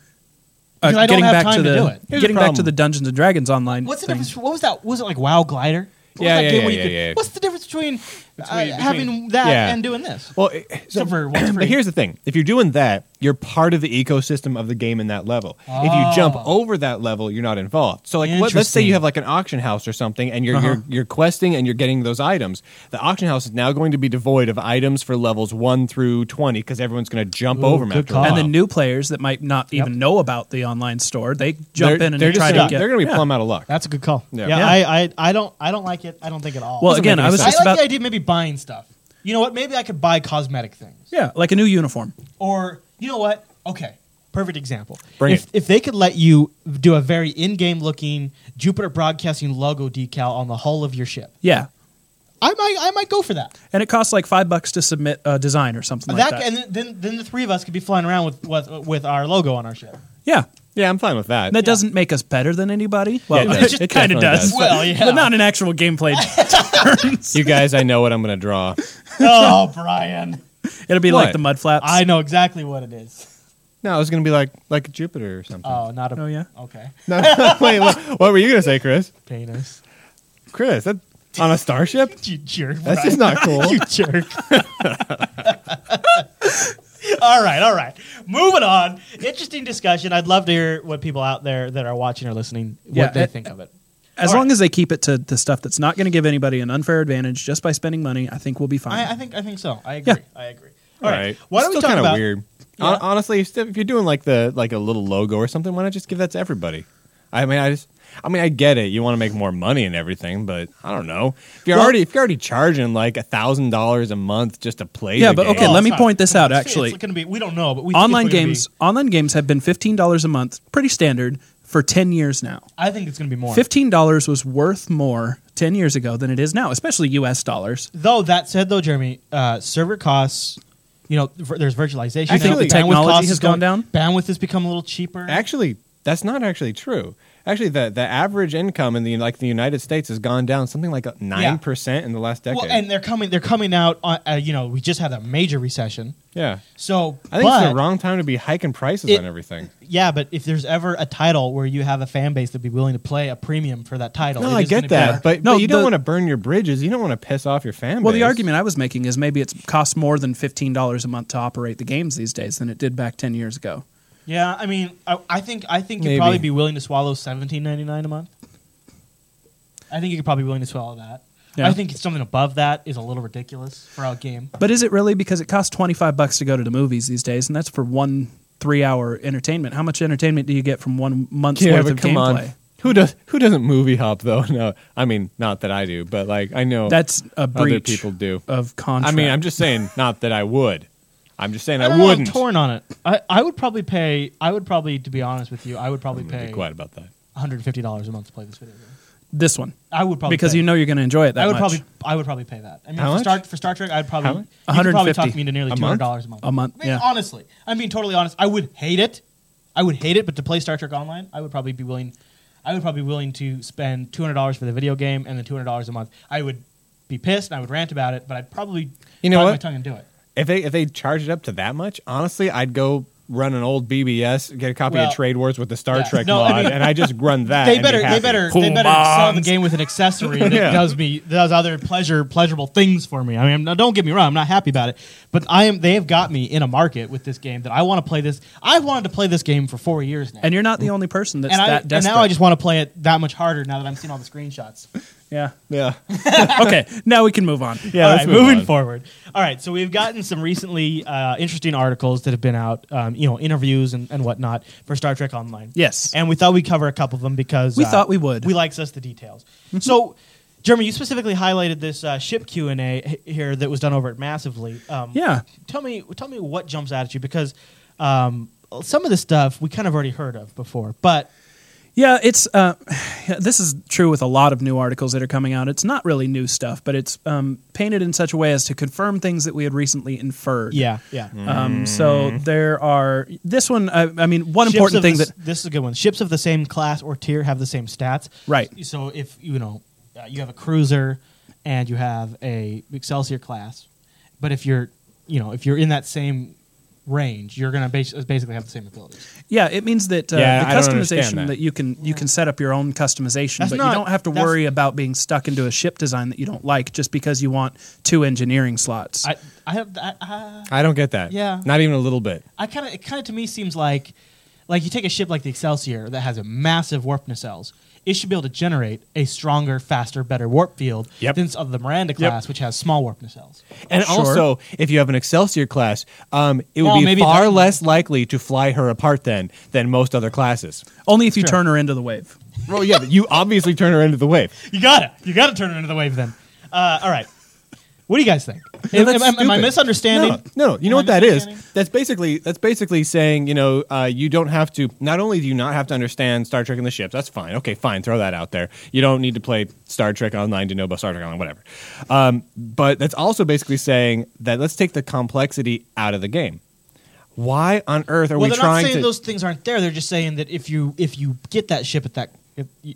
B: Uh,
C: Because I don't
B: getting
C: have
B: back
C: time
B: to
C: to
B: the
C: do it.
A: Here's the
B: getting back to
A: problem.
B: the Dungeons and Dragons online.
C: What's the
B: thing.
C: difference? What was that? Was it like WoW Glider? What was
A: Yeah,
C: that
A: yeah,
C: game where
A: yeah,
C: you could-
A: yeah, yeah.
C: What's the difference between, uh,
A: between-
C: having that
A: yeah.
C: and doing this?
A: Well, it- so,
C: Except for what's free.
A: but here's the thing: if you're doing that, you're part of the ecosystem of the game in that level. If you jump over that level, you're not involved. So, like, let, us say
C: Oh. Interesting. Uh-huh.
A: you have like an auction house or something, and you're, you're you're questing and you're getting those items. The auction house is now going to be devoid of items for levels one through twenty because everyone's going to jump over them.
C: good
A: after a
C: call.
A: while.
B: And the new players that might not even know about the online store, they jump
A: they're,
B: in and
A: they're just
B: try to
A: gonna,
B: get.
A: they're going to be
B: yeah.
A: plumb out of luck.
C: That's a good call.
A: Yeah.
C: Yeah,
A: Yeah.
C: I, I, I don't, I don't like it. I don't think at all.
B: Well,
A: Doesn't
B: again,
A: make
B: I
A: any
B: was
C: I
A: sense.
B: just
C: like
B: about
C: the idea of maybe buying stuff. You know what? Maybe I could buy cosmetic things
B: yeah, like a new uniform.
C: or You know what? Okay. Perfect example.
A: Bring
C: if,
A: it.
C: if they could let you do a very in-game looking Jupiter Broadcasting logo decal on the hull of your ship,
B: Yeah.
C: I might I might go for that.
B: And it costs like five bucks to submit a design or something
C: that,
B: like that.
C: and then then the three of us could be flying around with with, with our logo on our ship.
B: yeah.
A: Yeah, I'm fine with that.
B: And that doesn't make us better than anybody. Well,
A: it does.
B: it,
A: It
B: kind of
A: definitely
B: does.
A: does.
C: Well, yeah.
B: But not in actual gameplay terms.
A: you guys, I know what I'm going to draw.
C: oh, Brian,
B: It'll be like
A: What?
B: the mud flaps.
C: I know exactly what it is.
A: No, it's going to be like like Jupiter or something.
C: Oh, not a.
B: Oh, yeah.
C: Okay.
A: No, wait, what, what were you going to say, Chris?
C: Penis.
A: Chris, that, on a starship?
C: You jerk.
A: That's
C: Brian.
A: just not cool.
C: you jerk. all right, all right. Moving on. Interesting discussion. I'd love to hear what people out there that are watching or listening what
B: Yeah,
C: they
B: it-
C: think of it.
B: As
C: All
B: long
C: right.
B: as they keep it to the stuff that's not going to give anybody an unfair advantage just by spending money, I think we'll be fine.
C: I, I think I think so. I agree. I agree. All right. Why
A: Why
C: don't we
A: Still
C: talk
A: kind
C: about
A: of weird. Hon-
C: Yeah.
A: Honestly, if if you're doing like the like a little logo or something, why not just give that to everybody? I mean, I just. I mean, I get it. You want to make more money and everything, but I don't know. If you're already if you're already charging like thousand dollars a month just to play,
B: yeah,
A: the
B: but
A: game,
B: okay,
C: Oh,
B: let
C: it's
B: me
C: not-
B: point this out
C: It's-
B: actually.
C: It's going to be we don't know, but we think
B: online
C: we're gonna
B: games
C: be-
B: online games have been $15 a month, pretty standard for 10 years now.
C: I think it's going to be more.
B: $15 was worth more 10 years ago than it is now, especially US dollars.
C: Though that said, though Jeremy, uh, server costs. You know, vir- there's virtualization.
A: Actually,
C: now.
A: the
C: Bandwidth
B: technology
C: costs
B: has
C: is going-
B: gone down?
C: Bandwidth has become a little cheaper.
A: Actually, that's not actually true. Actually, the, the average income in the like the United States has gone down something like nine percent in the last decade.
C: well, and they're coming. They're coming out. On, uh, you know, we just had a major recession.
A: yeah,
C: So
A: I think
C: but,
A: it's the wrong time to be hiking prices
C: It-
A: on everything.
C: Yeah, but if there's ever a title where you have a fan base that'd be willing to play a premium for that title,
A: No,
C: it
A: I
C: is
A: get
C: gonna be-
A: that, but,
B: No,
A: but you don't
B: the-
A: want to burn your bridges. You don't want to piss off your fan
B: Well,
A: base.
B: the argument I was making is maybe it costs more than $15 a month to operate the games these days than it did back 10 years ago.
C: yeah, I mean, I, I think I think you'd
A: Maybe.
C: probably be willing to swallow seventeen ninety nine a month. I think you could probably be willing to swallow that.
B: Yeah.
C: I think something above that is a little ridiculous for a game.
B: But is it really because it costs 25 bucks to go to the movies these days and that's for one 3-hour entertainment. How much entertainment do you get from one month's
A: Yeah,
B: worth
A: but
B: of
A: come
B: gameplay?
A: on. Who does who doesn't movie hop though? No, I mean not that I do, but like I know
B: That's a
A: other
B: breach
A: people do.
B: of
A: I
B: contract.
A: mean, I'm just saying not that I would. I'm just saying I,
C: don't know, I'm
A: wouldn't.
C: torn on it. I, I would probably pay. I would probably, to be honest with you, I would probably
A: I'm gonna
C: pay
A: be quiet about that.
C: one hundred fifty dollars a month to play this video game.
B: this one
C: I would probably
B: because
C: pay.
B: you know you're going to enjoy it that
C: I would
B: much.
C: probably I would probably pay that. I mean,
A: How
C: for
A: much?
C: Star, for Star Trek, I'd probably
A: How
C: you
A: much?
C: could probably
B: 150.
C: talk me into nearly
A: A
C: two hundred
A: month?
C: dollars a month.
B: A month,
C: I mean,
B: yeah.
C: Honestly, I'm being totally honest. I would hate it. I would hate it, but to play Star Trek Online, I would probably be willing. I would probably be willing to spend two hundred dollars for the video game and then two hundred dollars a month. I would be pissed and I would rant about it, but I'd probably
A: You know
C: bite my
A: what?
C: tongue and do it.
A: If they if they charge it up to that much, honestly, I'd go run an old BBS, get a copy
C: Well,
A: of Trade Wars with the Star
C: yeah.
A: Trek
C: No, I
A: mod,
C: mean-
A: and I just run that.
C: They
A: and be
C: better, they
A: happy.
C: better,
B: Cool
C: they better sell the
B: moms.
C: game with an accessory that
A: Yeah.
C: does me does other pleasure pleasurable things for me. I mean, now, don't get me wrong, I'm not happy about it, but I am. They have got me in a market with this game that I want to play this. I've wanted to play this game for four years now,
B: and you're not the only person that's
C: And I,
B: that
C: and
B: desperate.
C: now I just want to play it that much harder now that I'm seeing all the screenshots.
B: yeah.
A: Yeah,
B: okay, now we can move on.
A: yeah.
C: all
A: let's
C: right,
A: move
C: moving
A: on.
C: forward. All right, so we've gotten some recently uh, interesting articles that have been out, um, you know, interviews and, and whatnot for Star Trek Online.
B: Yes.
C: and we thought we'd cover a couple of them because uh,
B: We thought we would. Mm-hmm.
C: We likes us the details. So, Jeremy, you specifically highlighted this uh, ship Q and A here that was done over at Massively. Um,
B: Yeah.
C: tell me, tell me what jumps out at you because um, some of the stuff we kind of already heard of before, but
B: Yeah, it's uh, this is true with a lot of new articles that are coming out. It's not really new stuff, but it's um, painted in such a way as to confirm things that we had recently inferred.
C: yeah, yeah.
B: Um, so there are this one. I, I mean, one
C: Ships
B: important
C: of
B: thing
C: the-
B: that
C: this is a good one. Ships of the same class or tier have the same stats.
B: Right.
C: So if you know uh, you have a cruiser and you have a Excelsior class, but if you're you know if you're in that same range, you're gonna bas- basically have the same abilities.
B: yeah, it means that uh,
A: Yeah,
B: the
A: I don't understand
B: customization
A: that.
B: that. you can you can set up your own customization,
C: That's
B: but
C: not-
B: you don't have to
C: that's-
B: worry about being stuck into a ship design that you don't like just because you want two engineering slots.
C: I I have I, I,
A: I don't get that.
C: Yeah.
A: not even a little bit.
C: I kind of it kind of to me seems like like you take a ship like the Excelsior that has a massive warp nacelles. It should be able to generate a stronger, faster, better warp field
A: Yep.
C: than of the Miranda class, which has small warp nacelles.
A: And
B: Sure.
A: also, if you have an Excelsior class, um, it will
C: Well,
A: be
C: maybe
A: far
C: that-
A: less likely to fly her apart then than most other classes.
B: Only if you
C: Sure.
B: turn her into the wave.
A: Well, yeah, but you obviously turn her into the wave.
C: You gotta, you gotta turn it into the wave then. Uh, all right. What do you guys think?
A: No,
C: am,
A: that's
C: am- am I
A: stupid.
C: misunderstanding?
A: No, no. You know
C: Am
A: what
C: I
A: that is?
C: misunderstanding?
A: That's basically that's basically saying you know uh, you don't have to. Not only do you not have to understand Star Trek and the ships, that's fine. Okay, fine. Throw that out there. You don't need to play Star Trek Online to know about Star Trek Online, whatever. Um, but that's also basically saying that let's take the complexity out of the game. Why on earth are
C: well,
A: we
C: they're not
A: trying
C: saying
A: to?
C: those things aren't there. They're just saying that if you if you get that ship at that. If you,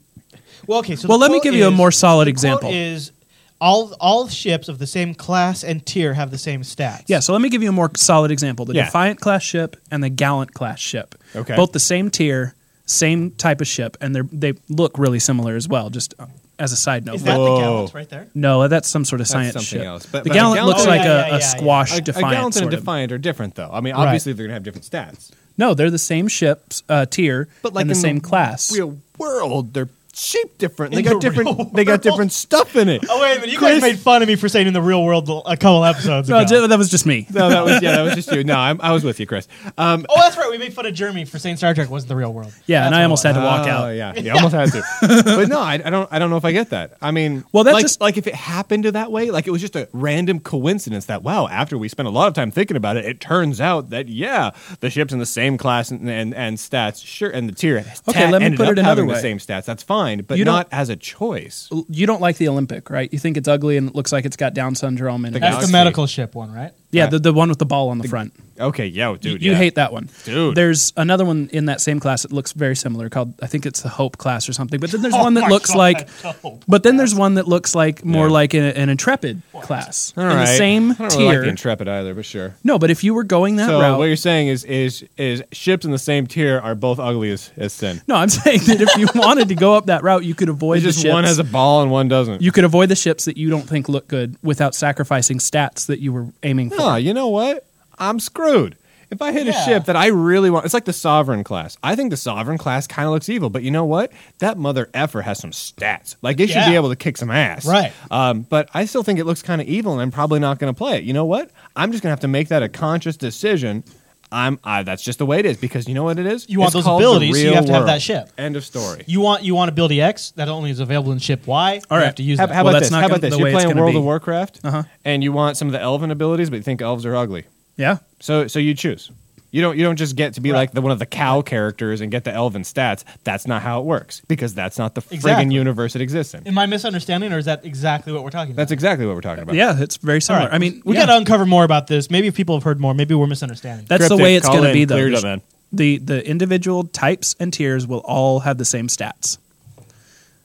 C: well, okay. So the
B: Well, let me
C: quote
B: give you a
C: is-
B: more solid
C: the quote
B: example.
C: Is all all ships of the same class and tier have the same stats?
B: Yeah, so let me give you a more solid example: the
A: Yeah.
B: Defiant class ship and the Gallant class ship.
A: Okay.
B: both the same tier, same type of ship, and they are they look really similar as well. Just uh, as a side note,
C: Is that
A: Whoa.
C: the gallants right there?
B: no, that's some sort of science
A: something
B: ship.
A: else. But-
B: the
A: but
B: Gallant
A: Gallant-
B: looks
A: Oh,
B: like
C: yeah, yeah,
B: a,
C: yeah,
B: a
C: yeah.
B: squash
A: a, a
B: Defiant.
A: Gallant and
B: sort
A: a
B: of.
A: Defiant are different, though. I mean,
B: Right.
A: obviously they're going to have different stats,
B: No, they're the same ships uh, tier,
A: but like
B: and the
A: in
B: same class.
A: real world, they're shaped different. They
C: In
A: got
C: the
A: different.
C: real
A: They got
C: world?
A: different stuff in it.
C: Oh wait a minute! You
A: Chris-
C: guys made fun of me for saying in the real world a couple episodes
B: no,
C: ago.
B: ju- that was just me.
A: No, that was yeah, that was just you. No, I'm, I was with you, Chris. Um,
C: oh, that's right. We made fun of Jeremy for saying Star Trek wasn't the real world.
B: Yeah, and I
C: That's what
B: almost
C: it
B: had to walk
A: oh,
B: out.
A: Yeah, you almost had to. But no, I, I don't. I don't know if I get that. I mean,
B: Well, that's
A: like,
B: just-
A: like if it happened to that way, like it was just a random coincidence that wow. After we spent a lot of time thinking about it, it turns out that yeah, the ship's in the same class and and, and stats. Sure, and the tier.
B: Okay, let me
A: ended
B: put
A: up
B: it another
A: having
B: way.
A: The same stats. That's fine, but
B: You don't-
A: not as a choice.
B: You don't like the Olympic, right? You think it's ugly and it looks like it's got Down syndrome and
A: The
C: That's
A: Galaxy.
C: the medical ship one, right?
B: yeah, the, the one with the ball on the front.
A: Okay, yo, dude,
B: you
A: yeah.
B: hate that one,
A: Dude.
B: There's another one in that same class that looks very similar called I think it's the Hope class or something. But then there's
C: Oh
B: one that
C: my
B: looks
C: God,
B: like,
C: Hope
B: but then there's one that looks like more
A: Yeah.
B: like an, an Intrepid class
A: All
B: in the
A: right.
B: same
A: I don't really
B: tier.
A: like the Intrepid either, but sure.
B: no, but if you were going that
A: So
B: route,
A: what you're saying is is is ships in the same tier are both ugly as, as sin.
B: no, I'm saying that if you wanted to go up that route, you could avoid
A: It's
B: the
A: just
B: ships.
A: one has a ball and one doesn't.
B: you could avoid the ships that you don't think look good without sacrificing stats that you were aiming for.
A: Nah, you know what? I'm screwed. If I hit a
C: Yeah.
A: ship that I really want, it's like the Sovereign class. I think the Sovereign class kind of looks evil, but you know what? That mother effer has some stats. Like it should
C: Yeah.
A: be able to kick some ass,
C: Right.
A: Um, but I still think it looks kind of evil, and I'm probably not going to play it. You know what? I'm just going to have to make that a conscious decision. I'm. I, that's just the way it is because you know what it is.
C: You want
A: It's
C: those
A: called the
C: abilities, so you
A: real
C: have to have that
A: world.
C: ship.
A: End of story.
C: You want you want ability X that only is available in ship Y.
B: All
C: you
B: right.
C: have to use
A: How,
C: that.
A: how
B: Well,
A: about
B: that's
A: this?
B: not
A: How
B: gonna-
A: about this?
B: the
A: You're
B: way it's
A: playing
B: gonna
A: World
B: be.
A: of Warcraft,
C: Uh-huh.
A: and you want some of the elven abilities, but you think elves are ugly.
B: Yeah.
A: So, so you choose. You don't. You don't just get to be like the one of the cow characters and get the elven stats. That's not how it works because that's not the friggin'
C: Exactly.
A: universe it exists in.
C: Am I misunderstanding, or is that exactly what we're talking about?
A: That's exactly what we're talking about.
B: Yeah, it's very
C: All
B: similar.
C: right.
B: I mean,
C: we
B: yeah.
C: got to uncover more about this. Maybe if people have heard more. Maybe we're misunderstanding.
B: That's the
A: Cryptic,
B: way it's
A: call
B: going to
A: in,
B: be, though.
A: cleared
B: The-
A: up, man.
B: The the individual types and tiers will all have the same stats.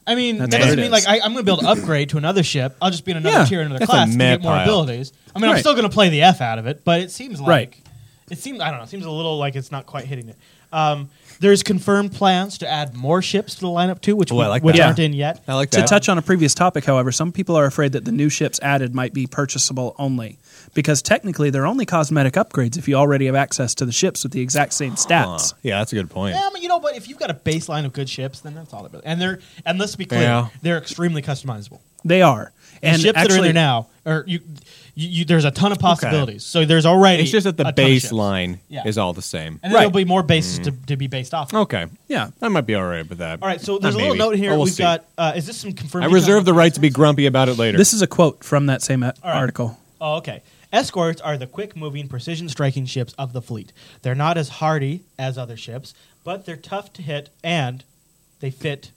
C: I mean,
B: That's
C: that
A: what
C: doesn't
A: it
C: mean
A: is.
C: like I, I'm going to be able to upgrade to another ship. I'll just be in another
B: Yeah,
C: tier, in another
A: that's a
C: class to
A: meh
C: get more
A: pile.
C: abilities. I mean, I'm
B: Right.
C: still going to play the F out of it, but it seems like
B: Right.
C: it seems I don't know. It seems a little like it's not quite hitting it. Um, there's confirmed plans to add more ships to the lineup too, which
A: Ooh,
C: we,
A: I like
C: which
B: that.
C: aren't
B: Yeah.
C: in yet.
A: I like
B: To
A: that.
B: touch on a previous topic, however, some people are afraid that the new ships added might be purchasable only because technically they're only cosmetic upgrades if you already have access to the ships with the exact same stats.
A: yeah, that's a good point.
C: Yeah, I mean, you know, but if you've got a baseline of good ships, then that's all that. Really, and they're and let's be clear,
A: Yeah.
C: they're extremely customizable.
B: They are.
C: And
B: And
C: the ships
B: actually,
C: that are in there now, or you, you, you there's a ton of possibilities. So there's already
A: It's just that the
C: a ton of ships.
A: baseline
C: Yeah.
A: is all the same.
C: and then there'll be more bases to, to be based off. Of.
A: Okay.
B: Yeah.
A: I might be all right with that.
C: All right, so there's
A: Uh,
C: a little
A: maybe.
C: note here.
A: Oh, we'll
C: We've
A: see.
C: got uh, is this some confirmed?
A: I reserve the
C: economic-
A: right to be grumpy about it later.
B: This is a quote from that same uh,
C: right.
B: article.
C: Oh, okay. Escorts are the quick-moving, precision-striking ships of the fleet. They're not as hardy as other ships, but they're tough to hit, and they fit.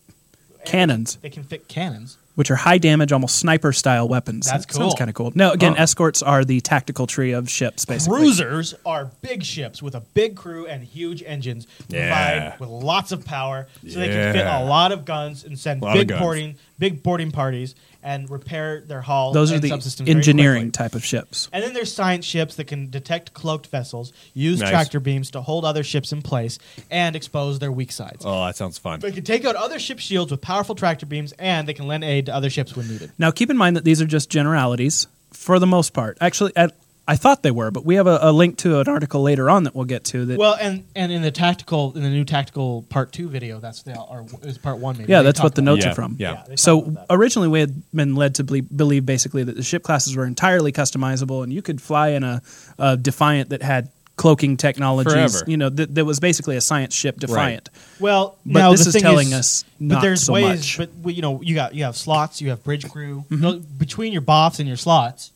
B: Cannons,
C: They can fit cannons.
B: which are high damage, almost sniper style weapons.
C: That's
B: That Sounds
C: cool.
B: kind of cool. No, again,
A: Huh.
B: escorts are the tactical tree of ships, basically.
C: Cruisers are big ships with a big crew and huge engines,
A: Yeah.
C: provide with lots of power, so they can fit
A: Yeah.
C: a lot of guns and send
A: Lot of
C: big
A: guns.
C: boarding, big boarding parties, and repair their hull.
B: Those are
C: and
B: the
C: subsystems very
B: engineering
C: quickly.
B: type of ships.
C: And then there's science ships that can detect cloaked vessels, use
A: Nice.
C: tractor beams to hold other ships in place, and expose their weak sides.
A: oh, that sounds fun.
C: They can take out other ship shields with powerful tractor beams, and they can lend aid to other ships when needed.
B: Now, keep in mind that these are just generalities for the most part. Actually, I, I thought they were, but we have a, a link to an article later on that we'll get to. That
C: Well, and and in the tactical, in the new tactical part two video, that's the or it was part one. Maybe
B: yeah,
C: they
B: that's what
C: talked
B: the
C: about
B: notes
A: Yeah,
B: are from.
A: yeah.
C: Yeah, they talk
B: So uh,
C: about that.
B: originally, we had been led to believe, believe basically that the ship classes were entirely customizable, and you could fly in a, a Defiant that had cloaking technologies.
A: Forever.
B: You know, that, that was basically a science ship Defiant.
C: Well,
B: But
C: now
B: this
C: the
B: is
C: thing
B: telling
C: is,
B: us
C: but
B: not
C: there's
B: so
C: ways,
B: much. Mm-hmm.
C: But we, you know, you got you have slots, you have bridge crew. No- between your boffs and your slots,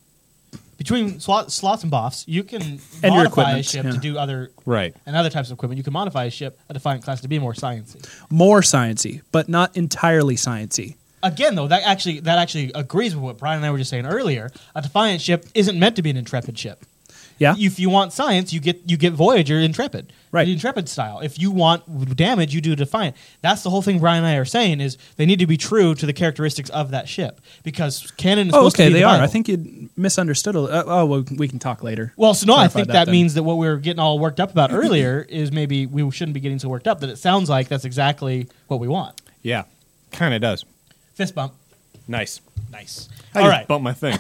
C: between slot, slots and boffs, you can
B: your
C: modify a
B: equipment,
C: ship
B: yeah.
C: to do other
A: Right.
C: and other types of equipment. You can modify a ship, a Defiant class, to be more sciency.
B: More sciency, but not entirely sciency.
C: Again, though, that actually that actually agrees with what Brian and I were just saying earlier. A Defiant ship isn't meant to be an Intrepid ship.
B: Yeah.
C: If you want science, you get you get Voyager Intrepid,
B: Right.
C: The Intrepid style. If you want damage, you do Defiant. That's the whole thing. Brian and I are saying is they need to be true to the characteristics of that ship because canon is
B: oh,
C: supposed
B: okay,
C: to be
B: they are.
C: Defiant.
B: I think you misunderstood. A, li- uh, oh, well, we can talk later.
C: Well, so no, I
B: Clarify
C: think
B: that
C: that,
B: then.
C: means that what we were getting all worked up about earlier is maybe we shouldn't be getting so worked up. That it sounds like that's exactly what we want.
A: Yeah. Kind of does.
C: Fist bump.
A: Nice.
C: Nice.
A: I
C: all
A: just
C: right.
A: bumped my thing.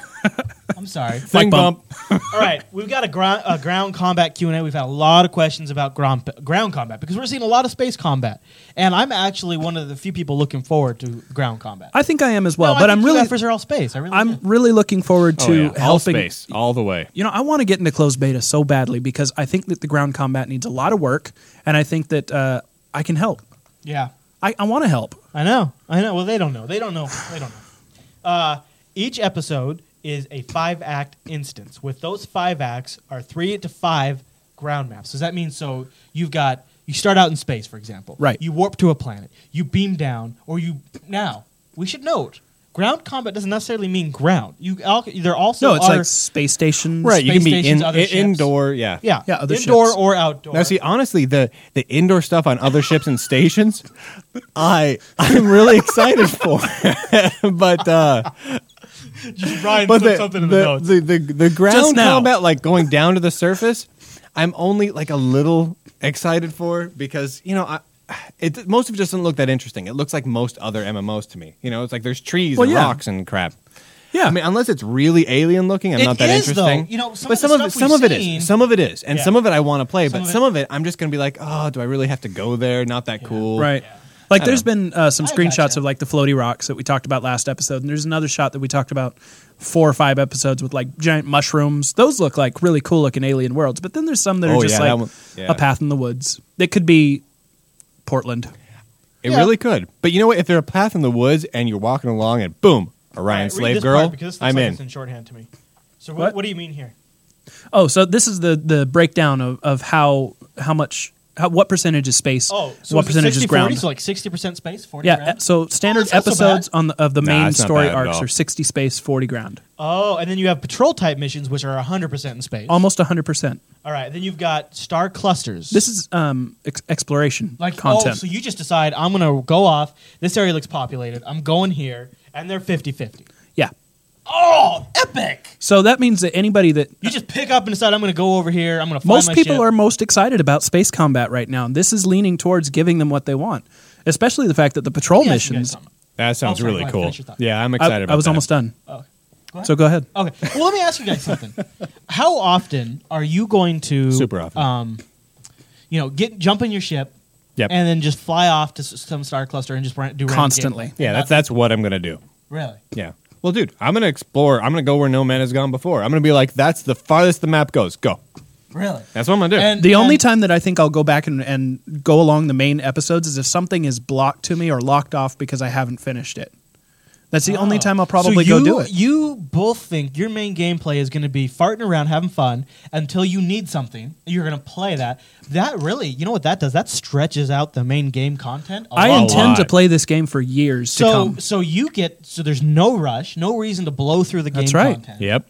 C: I'm sorry.
A: thing
B: bump.
A: bump.
C: all right. We've got a, gro- a ground combat Q and A. We've had a lot of questions about ground ground combat because we're seeing a lot of space combat, and I'm actually one of the few people looking forward to ground combat.
B: I think I am as well,
C: No, I
B: but
C: think
B: I'm
C: you
B: really,
C: efforts are all space. I really
B: I'm
C: do.
B: really looking forward to
A: Oh, yeah. All
B: helping.
A: space. All the way.
B: You know, I want to get into closed beta so badly because I think that the ground combat needs a lot of work, and I think that uh, I can help.
C: yeah.
B: I, I want to help.
C: I know. I know. Well, they don't know. They don't know. They don't know. Uh, each episode is a five act instance. With those five acts are three to five ground maps. Does that mean so you've got you start out in space, for example.
B: Right.
C: You warp to a planet. You beam down, or you now we should note ground combat doesn't necessarily mean ground. You al- there also
B: No, it's
C: are,
B: like space stations.
A: Right. You can
C: Space
A: be
C: stations,
A: in,
C: other
A: i-
C: ships.
A: indoor. Yeah.
C: yeah
B: yeah, other
C: indoor
B: ships.
C: or outdoor.
A: Now, see, honestly, the the indoor stuff on other ships and stations, I I'm really excited for, but uh,
C: Brian
A: but
C: put
A: the
C: something
A: the,
C: in the, notes.
A: the, the, the ground
B: now.
A: combat, like going down to the surface, I'm only like a little excited for because you know I. It, most of it doesn't look that interesting. It looks like most other MMOs to me. You know, it's like there's trees
B: Well,
A: and
B: yeah.
A: rocks and crap.
B: Yeah.
A: I mean, unless it's really alien looking, I'm
C: It
A: not that
C: is, though.
A: interesting.
C: You know, some
A: but
C: of the
A: some of
C: stuff
A: it, some
C: we've
A: of it
C: seen-
A: is, some of it is, and
C: Yeah.
A: some of it I want to play,
C: Some
A: but
C: of it-
A: some of it I'm just gonna be like, oh, do I really have to go there? Not that cool,
B: Right. Like,
A: I
B: there's
A: don't
B: been uh, some
C: I
B: screenshots
C: gotcha.
B: of like the floaty rocks that we talked about last episode, and there's another shot that we talked about four or five episodes with like giant mushrooms. Those look like really cool looking alien worlds, but then there's some that are
A: Oh,
B: just
A: yeah,
B: like
A: that one- yeah.
B: a path in the woods. That could be Portland.
A: It
C: Yeah.
A: really could. But you know what? If there's a path in the woods and you're walking along and boom, Orion
C: All right, read
A: slave
C: this part
A: girl,
C: because this looks
A: I'm
C: like
A: in.
C: It's in shorthand to me. So
B: What?
C: what, what do you mean here?
B: Oh, so this is the the breakdown of, of how how much how, what percentage is space?
C: Oh, so
B: what
C: is it
B: percentage is
C: 60/40?
B: ground?
C: So like sixty percent space, forty.
B: yeah,
C: ground? Oh,
B: uh, so standard
C: that's not so
B: episodes on the, of the
A: Nah,
B: main
A: it's not
B: story
A: bad at
B: arcs
A: all.
B: are 60 space, 40 ground.
C: oh, and then you have patrol type missions, which are hundred percent in space.
B: Almost 100%.
C: All right, then you've got star clusters.
B: This is um ex- exploration
C: like
B: content.
C: oh, so you just decide I'm gonna go off. This area looks populated. I'm going here, and they're 50-50.
B: yeah.
C: Oh, epic!
B: So that means that anybody that
C: You just pick up and decide I'm gonna go over here. I'm gonna. Fly
B: most
C: my
B: people
C: ship.
B: are most excited about space combat right now. And this is leaning towards giving them what they want, especially the fact that the patrol
C: Let me ask you guys
B: missions.
C: something.
A: That sounds
C: sorry, go
A: really
C: ahead,
A: cool.
C: finish your thought.
A: Yeah, I'm
B: I,
A: excited about
B: I was
A: that.
B: almost done.
C: Oh, go ahead.
B: So go ahead.
C: Okay. Well, let me ask you guys something. How often are you going to
A: Super often.
C: Um, you know, get jump in your ship,
A: Yep.
C: and then just fly off to s- some star cluster and just ran, do random
B: Constantly.
C: gameplay?
A: yeah, that's that's what I'm gonna do.
C: really.
A: Yeah. Well, dude, I'm gonna explore. I'm gonna go where no man has gone before. I'm gonna be like, that's the farthest the map goes. Go.
C: Really?
A: That's what I'm gonna do.
C: And-
B: The only time that I think I'll go back and, and go along the main episodes is if something is blocked to me or locked off because I haven't finished it. That's the only time I'll probably
C: Oh. so you,
B: go do it.
C: You both think your main gameplay is going to be farting around, having fun until you need something. You're going to play that. That really, you know what that does? That stretches out the main game content. a
B: I
C: lot.
B: intend to
A: lot.
B: play this game for years to
C: So,
B: come.
C: so you get so there's no rush, no reason to blow through the game.
B: That's right.
C: Content.
A: yep.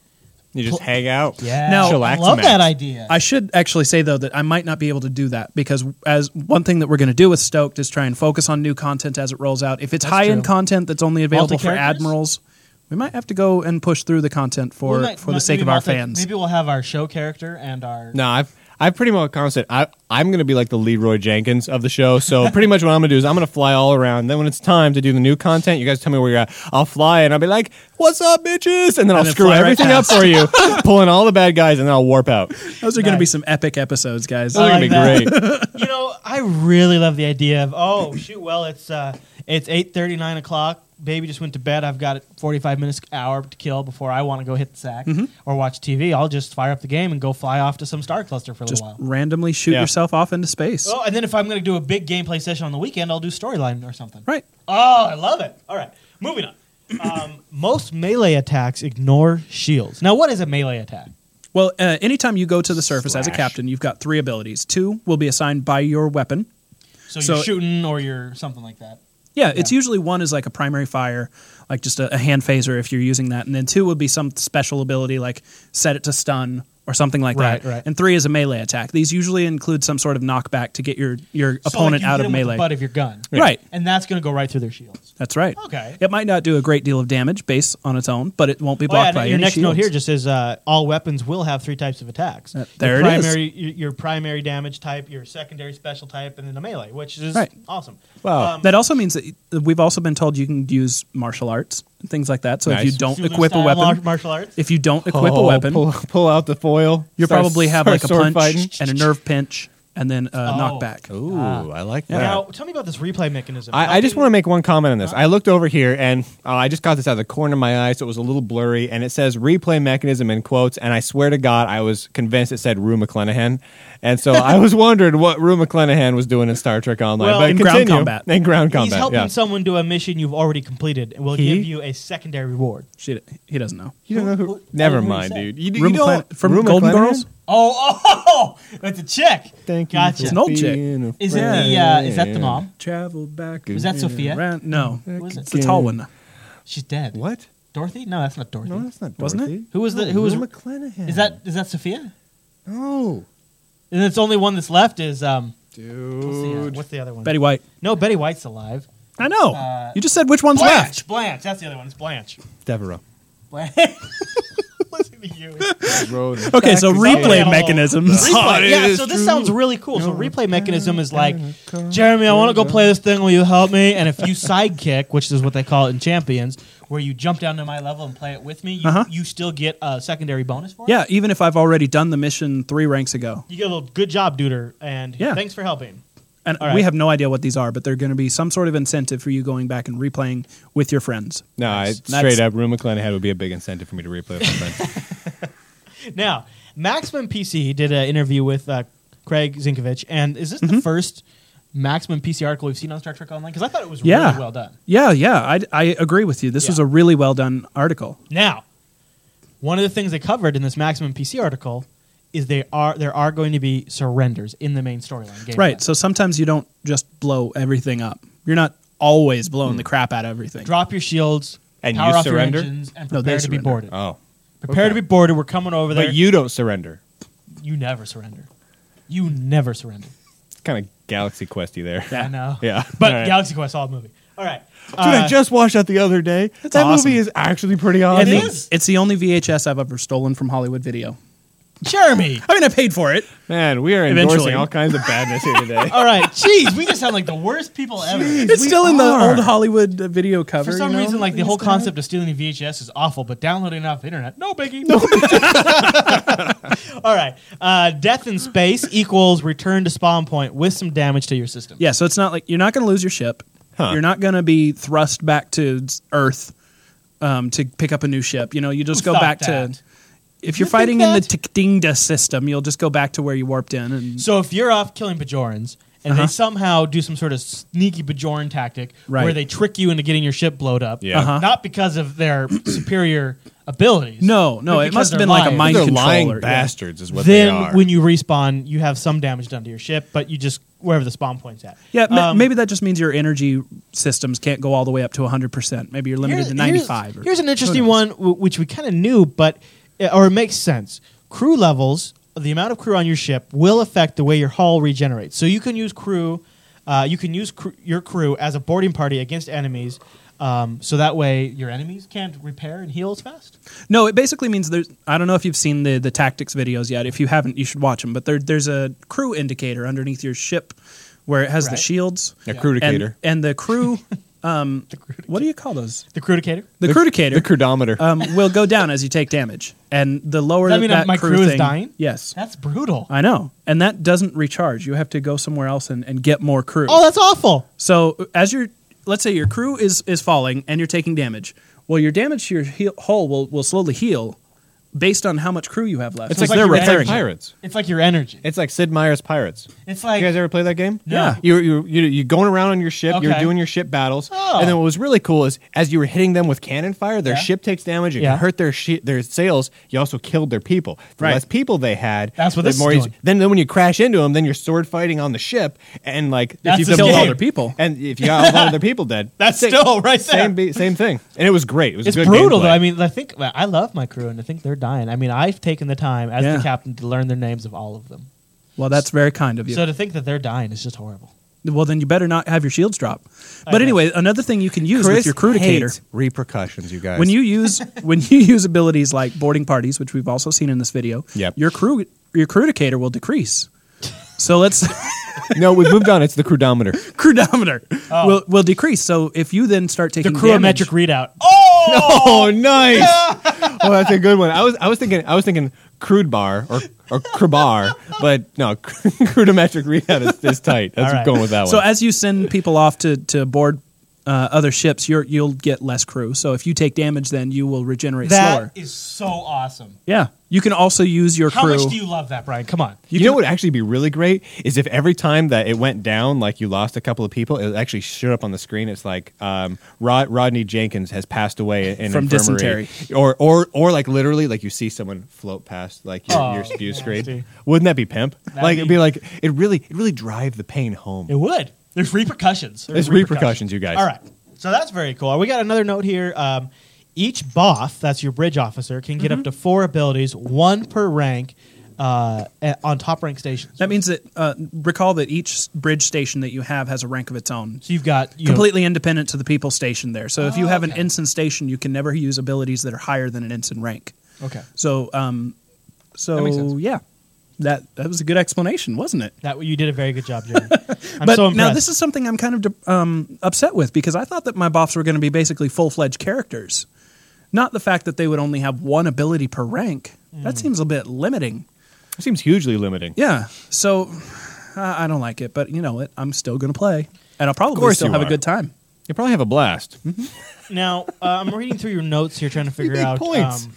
A: You just
C: Pl-
A: hang out.
C: Yeah,
B: Now-
C: I
A: Chillax
C: love
A: maps.
C: that idea.
B: I should actually say though that I might not be able to do that because as one thing that we're going to do with Stoked is try and focus on new content as it rolls out. If it's
C: That's
B: high end
C: true.
B: content that's only available for
C: Multi-characters?
B: admirals, we might have to go and push through the content for
C: We might-
B: for the
C: might-
B: sake
C: maybe
B: of our
C: multi-
B: fans.
C: Maybe we'll have our show character and our.
A: No, I've I've pretty much constant. I I'm gonna be like the Leroy Jenkins of the show. So pretty much what I'm gonna do is I'm gonna fly all around. Then when it's time to do the new content, you guys tell me where you're at. I'll fly and I'll be like, "What's up, bitches?" And then I'll
B: then
A: screw
B: fly right
A: everything up for you, pulling all the bad guys, and then I'll warp out.
B: Those are going to be
C: Nice.
B: some epic episodes, guys.
A: Those are
C: like
A: gonna be
C: that.
A: great.
C: You know, I really love the idea of oh shoot, well it's uh it's eight thirty nine o'clock. Baby just went to bed. I've got forty five minutes hour to kill before I want to go hit the sack
B: Mm-hmm.
C: or watch TV. I'll just fire up the game and go fly off to some star cluster for a
B: Just
C: little while.
B: randomly shoot
A: Yeah.
B: yourself off into space.
C: Oh, and then if I'm going to do a big gameplay session on the weekend, I'll do storyline or something.
B: Right.
C: Oh, I love it. All right, moving on. um, most melee attacks ignore shields. Now, what is a melee attack?
B: Well, uh, anytime you go to the surface as a
A: Slash.
B: captain, you've got three abilities. Two will be assigned by your weapon.
C: So,
B: So-
C: you're shooting or you're something like that.
B: Yeah, it's
C: Yeah.
B: usually one is like a primary fire, like just a, a hand phaser if you're using that, and then two would be some special ability like set it to stun or something like
C: Right,
B: that.
C: right.
B: And three is a melee attack. These usually include some sort of knockback to get your your
C: So, like,
B: opponent
C: you
B: out
C: hit
B: of
C: them with
B: melee.
C: the butt of your gun,
B: Right.
C: And that's going to go right through their shields.
B: That's right.
C: Okay.
B: It might not do a great deal of damage based on its own, but it won't be
C: Oh, yeah,
B: blocked by
C: and your
B: any
C: next
B: shields.
C: note here just says uh, all weapons will have three types of attacks.
B: Uh, there
C: your
B: it is.
C: primary, Your, your primary damage type, your secondary special type, and then a melee, which is
B: Right.
C: awesome. Um,
A: Wow.
B: that also means that y- we've also been told you can use martial arts and things like that. So if
A: Nice.
B: you don't
C: Zulu
B: equip a
C: style mar-
B: weapon,
C: martial arts.
B: if you don't equip a
A: Oh,
B: weapon,
A: Pull, pull out the foil.
B: you
A: start-
B: probably have
A: start
B: like a
A: sword
B: punch
A: fighting.
B: and a nerve pinch and then a
C: Oh.
B: knockback.
A: Ooh, I like that.
C: Now, tell me about this replay mechanism.
A: I, I just want to make one comment on this. I looked over here and uh, I just caught this out of the corner of my eye, so it was a little blurry. And it says replay mechanism in quotes. And I swear to God, I was convinced it said Rue McClanahan. And so I was wondering what Rue McClanahan was doing in Star Trek Online.
C: Well,
A: but
B: in ground
A: continue.
B: combat.
A: In ground
C: He's
A: combat.
C: helping
A: yeah.
C: someone do a mission you've already completed, and will
A: He?
C: give you a secondary reward.
B: She, he doesn't know.
A: You don't know
C: Who-
A: who?
C: who-
A: Never
C: who
A: mind,
C: said?
A: dude. You,
B: Rue
A: you don't,
B: McClan- from
A: Rue
B: Golden
A: McClanahan?
B: Girls?
C: Oh, oh, that's a chick.
A: Thank you.
C: Gotcha.
A: for
B: It's an old chick.
A: being a
C: Is it
A: friend.
C: the? Uh, is that the mom?
B: Travel back.
A: Is
C: that Sophia?
B: around- No,
C: was
B: it's
C: it?
B: the tall one.
C: She's dead.
A: What?
C: Dorothy? No, that's not Dorothy.
A: No, that's not
B: Wasn't it?
A: Dorothy.
C: Who was the-
A: No,
C: who was-
A: Rue McClanahan?
C: Is that is that Sophia?
A: No.
C: And it's the only one that's left is um. What's the, uh,
A: Dude.
C: what's the other one?
B: Betty White.
C: No, Betty White's alive.
B: I know.
C: Uh,
B: you just said which one's
C: Blanche.
B: left.
C: Blanche. That's the other one. It's Blanche.
A: Devereaux.
C: Blanche. Listen to you.
B: Okay, so replay
C: animal.
B: mechanisms.
C: Replay. Yeah, so this sounds really cool. So replay mechanism is like, Jeremy, I want to go play this thing. Will you help me? And if you sidekick, which is what they call it in Champions, where you jump down to my level and play it with me, you,
B: Uh-huh.
C: you still get a secondary bonus for it.
B: Yeah, even if I've already done the mission three ranks ago,
C: You get a little good job, Duder, and
B: Yeah.
C: thanks for helping.
B: and
C: All right.
B: we have no idea what these are, but they're going to be some sort of incentive for you going back and replaying with your friends.
A: No, I,
B: That's-
A: straight up, Rue McClanahan would be a big incentive for me to replay with my friends.
C: Now, Maximum PC did an interview with uh, Craig Zinkovich, and is this
B: Mm-hmm.
C: the first Maximum PC article we've seen on Star Trek Online? Because I thought it was
B: Yeah.
C: really well done.
B: Yeah, yeah, I, I agree with you. This was
C: Yeah.
B: a really well done article.
C: Now, one of the things they covered in this Maximum PC article is they are there are going to be surrenders in the main storyline. game plan.
B: Right. So sometimes you don't just blow everything up. You're not always blowing
A: Hmm.
B: the crap out of everything.
C: drop your shields
A: And
C: power
A: you
C: off
A: surrender?
C: your engines and
B: No,
C: prepare
B: they
C: to be
B: surrender.
C: boarded.
A: Oh.
C: prepare
A: okay.
C: to be boarded. We're coming over there.
A: But you don't surrender.
C: you never surrender. You never surrender.
A: It's kind of Galaxy Questy there.
C: I know.
A: Yeah.
C: But
A: All right.
C: Galaxy Quest all movie. All right.
A: Dude, I
C: Uh,
A: just watched that the other day. that
B: awesome.
A: movie is actually pretty awesome.
B: And
C: It
B: the-
C: is?
B: It's the only VHS I've ever stolen from Hollywood Video.
C: Jeremy.
B: I mean, I paid for it.
A: Man, we are
B: Eventually.
A: endorsing all kinds of badness here today.
C: All right, jeez, we just sound like the worst people ever.
B: It's
A: we
B: still in the
A: are.
B: old Hollywood uh, video cover.
C: For some
B: you know?
C: reason, like the
B: It's
C: whole
B: that.
C: concept of stealing VHS is awful, but downloading it off the internet, no biggie. No. All right, uh, death in space equals return to spawn point with some damage to your system.
B: Yeah, so it's not like you're not going to lose your ship.
A: Huh.
B: You're not going to be thrust back to s- Earth um, to pick up a new ship. You know, you just
C: Who
B: go
C: thought
B: back
C: that?
B: to. If you're
C: You think
B: fighting in the
C: that?
B: Tikdingda system, you'll just go back to where you warped in. And
C: So if you're off killing Bajorans and
B: Uh-huh.
C: they somehow do some sort of sneaky Bajoran tactic where
B: Right.
C: they trick you into getting your ship blowed up,
A: Yeah. Uh-huh.
C: not because of their superior abilities.
B: no, no,
C: but
B: it
C: because
B: must have
C: they're
B: been like a
C: lying.
B: mind
A: They're
B: controller.
A: lying
B: yeah.
A: bastards, is what
C: then
A: they are.
C: when you respawn, you have some damage done to your ship, but you just wherever the spawn point's at.
B: Yeah, ma-
C: Um,
B: maybe that just means your energy systems can't go all the way up to 100%. Maybe you're limited
C: Here-
B: to
C: here's-
B: 95.
C: Here's,
B: or-
C: an interesting
B: who knows?
C: one, w- which we kind of knew, but uh, or it makes sense. Crew levels, the amount of crew on your ship, will affect the way your hull regenerates. So you can use crew, uh, you can use cr- your crew as a boarding party against enemies. Um, so that way, your enemies can't repair and heal as fast.
B: No, it basically means there's. I don't know if you've seen the, the tactics videos yet. If you haven't, you should watch them. But there, there's a crew indicator underneath your ship where it has the
C: Right.
B: shields.
A: A crudicator.
B: And, and the crew. Um, what do you call those?
C: The crew indicator.
B: The, crudicator
A: The crudometer.
B: um, will go down as you take damage. And the lower
C: Does that mean
B: that
C: my
B: crew
C: crew is
B: thing-
C: dying?
B: Yes.
C: That's brutal.
B: I know. And that doesn't recharge. You have to go somewhere else and, and get more crew.
C: Oh, that's awful.
B: So as your let's say your crew is is falling and you're taking damage, well your damage to your heal, hull will will slowly heal, based on how much crew you have left.
A: It's
B: So
A: like
B: they're
A: you're
B: repairing. it.
A: pirates.
C: It's like your energy.
A: It's like Sid Meier's Pirates.
C: It's like-
A: you guys ever play that game?
C: No. Yeah.
A: You you you you going around on your ship. You're
C: Okay.
A: doing your ship battles,
C: Oh.
A: and then what was really cool is as you were hitting them with cannon fire, their
C: Yeah.
A: ship takes damage. It
C: Yeah.
A: can hurt their shi their sails. You also killed their people. The
C: Right.
A: less people they had,
C: That's what
A: the
C: this is
A: more easy-
C: doing.
A: Then then when you crash into them, then you're sword fighting on the ship, and like
C: That's
A: if
C: the
A: you
C: Killed all game.
B: their people.
A: and if you got all their people dead,
C: That's
A: same,
C: still right there.
A: Same be- same thing, and it was great. It was
C: It's
A: good
C: brutal,
A: gameplay.
C: though. I mean, I think well, I love my crew, and I think they're dying. I mean, I've taken the time as
B: Yeah.
C: the captain to learn their names of all of them.
B: Well, that's very kind of you.
C: So to think that they're dying is just horrible.
B: well, then you better not have your shields drop.
C: know.
B: But anyway, another thing you can use with
A: Chris
B: your crew decator.
A: hates repercussions, you guys.
B: When you use when you use abilities like boarding parties, which we've also seen in this video,
A: Yep.
B: your crew your crew decator will decrease. So let's
A: no, we've moved on. It's the crudometer.
B: crudometer
A: Oh.
B: will will decrease. So if you then start
C: The
B: taking damage,
C: crewmetric readout. Oh,
A: Oh, nice. oh, that's a good one. I was I was thinking I was thinking crude bar or or crubar, but no, crudometric readout is, is tight. That's
C: All right.
A: going with that
B: so
A: one.
B: as you send people off to to board uh, other ships, you're, you'll get less crew. So if you take damage, then you will regenerate
C: that
B: slower.
C: is so awesome.
B: yeah, you can also use your
C: How
B: crew.
C: much do you love that, Brian? Come on.
A: you know what would actually be really great is if every time that it went down, like you lost a couple of people, it actually showed up on the screen. It's like um, Rod- Rodney Jenkins has passed away in
B: From
A: infirmary,
B: dysentery.
A: or or or like literally, like you see someone float past like your,
C: Oh,
A: your spew
C: nasty.
A: screen. Wouldn't that be pimp? like it'd
C: be-
A: be like it really it really drive the pain home.
C: It would. There's repercussions.
A: There's repercussions, you guys.
C: All right. So that's very cool. We got another note here. Um, each Both, that's your bridge officer, can get up to four abilities, one per rank, uh, a- on top rank stations.
B: that means that uh, recall that each s- bridge station that you have has a rank of its own.
C: so you've got you know,
B: completely independent to the people stationed there. So if you
C: Oh,
B: have an
C: okay.
B: ensign station, you can never use abilities that are higher than an ensign rank.
C: Okay.
B: So, um, so
A: makes sense.
B: yeah, that that was a good explanation, wasn't it?
C: That you did a very good job, Jeremy. I'm
B: but
C: so impressed.
B: now this is something I'm kind of de- um, upset with because I thought that my boffs were going to be basically full fledged characters, not the fact that they would only have one ability per rank.
C: Mm.
B: That seems a bit limiting.
A: It seems hugely limiting.
B: Yeah. So I I don't like it, but you know what? I'm still going to play, and I'll probably
A: course
B: still
A: you
B: have a
A: are.
B: good time.
A: You probably have a blast.
C: now uh, I'm reading through your notes here, trying to figure
A: make
C: out. um,
A: points.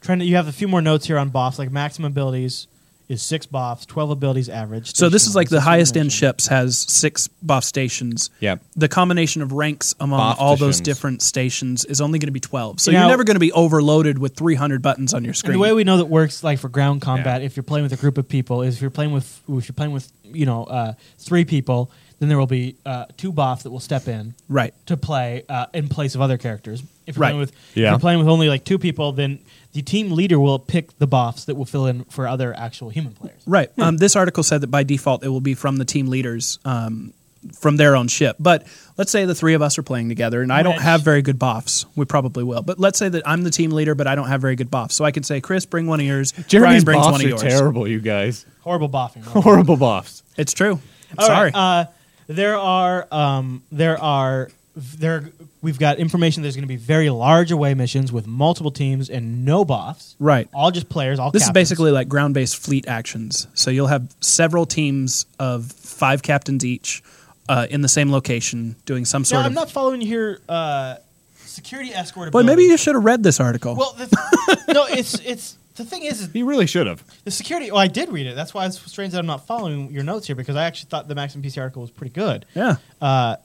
C: trying to you have a few more notes here on boffs. Like maximum abilities is six boffs, twelve abilities average.
B: So this
C: station
B: is like the
C: ones, as you
B: highest end
C: mentioned.
B: ships has six buff stations.
A: Yep.
B: The combination of ranks among
A: Buff
B: all those
A: stations.
B: different stations is only going to be 12. So
C: Now-
B: you're never going to be overloaded with 300 buttons on your
C: And
B: screen.
C: the way we know that works, like for ground combat,
A: Yeah.
C: if you're playing with a group of people, is if you're playing with if you're playing with you know uh, three people, then there will be uh, two boffs that will step in
B: right.
C: to play uh, in place of other characters. If you're
B: Right.
C: playing with if
A: Yeah.
C: you're playing with only like two people, then the team leader will pick the boffs that will fill in for other actual human players.
B: Right. Um, this article said that by default it will be from the team leaders um, from their own ship. But let's say the three of us are playing together and I don't
C: Which-
B: have very good buffs. We probably will. But let's say that I'm the team leader, but I don't have very good buffs. So I can say, Chris, bring one of yours.
A: Jeremy's
B: Brian brings
A: boffs
B: one of
A: are
B: yours.
A: terrible, you guys.
C: Horrible boffing. right?
A: Horrible boffs.
B: It's true. I'm
C: All
B: sorry.
C: right, uh, there are um, there are there we've got information. There's going to be very large away missions with multiple teams and no boffs.
B: Right.
C: All just players. All
B: This is
C: captains.
B: basically like ground based fleet actions. So you'll have several teams of five captains each uh, in the same location doing some
C: Now,
B: sort
C: I'm
B: of.
C: not following your uh, security escort.
B: Boy, maybe
C: ability.
B: you should have read this article.
C: Well, the th- no, it's it's the thing is, is
A: He really should have.
C: the security. Oh, I did read it. That's why it's strange that I'm not following your notes here because I actually thought the Maxim PC article was pretty good.
B: yeah.
C: Uh,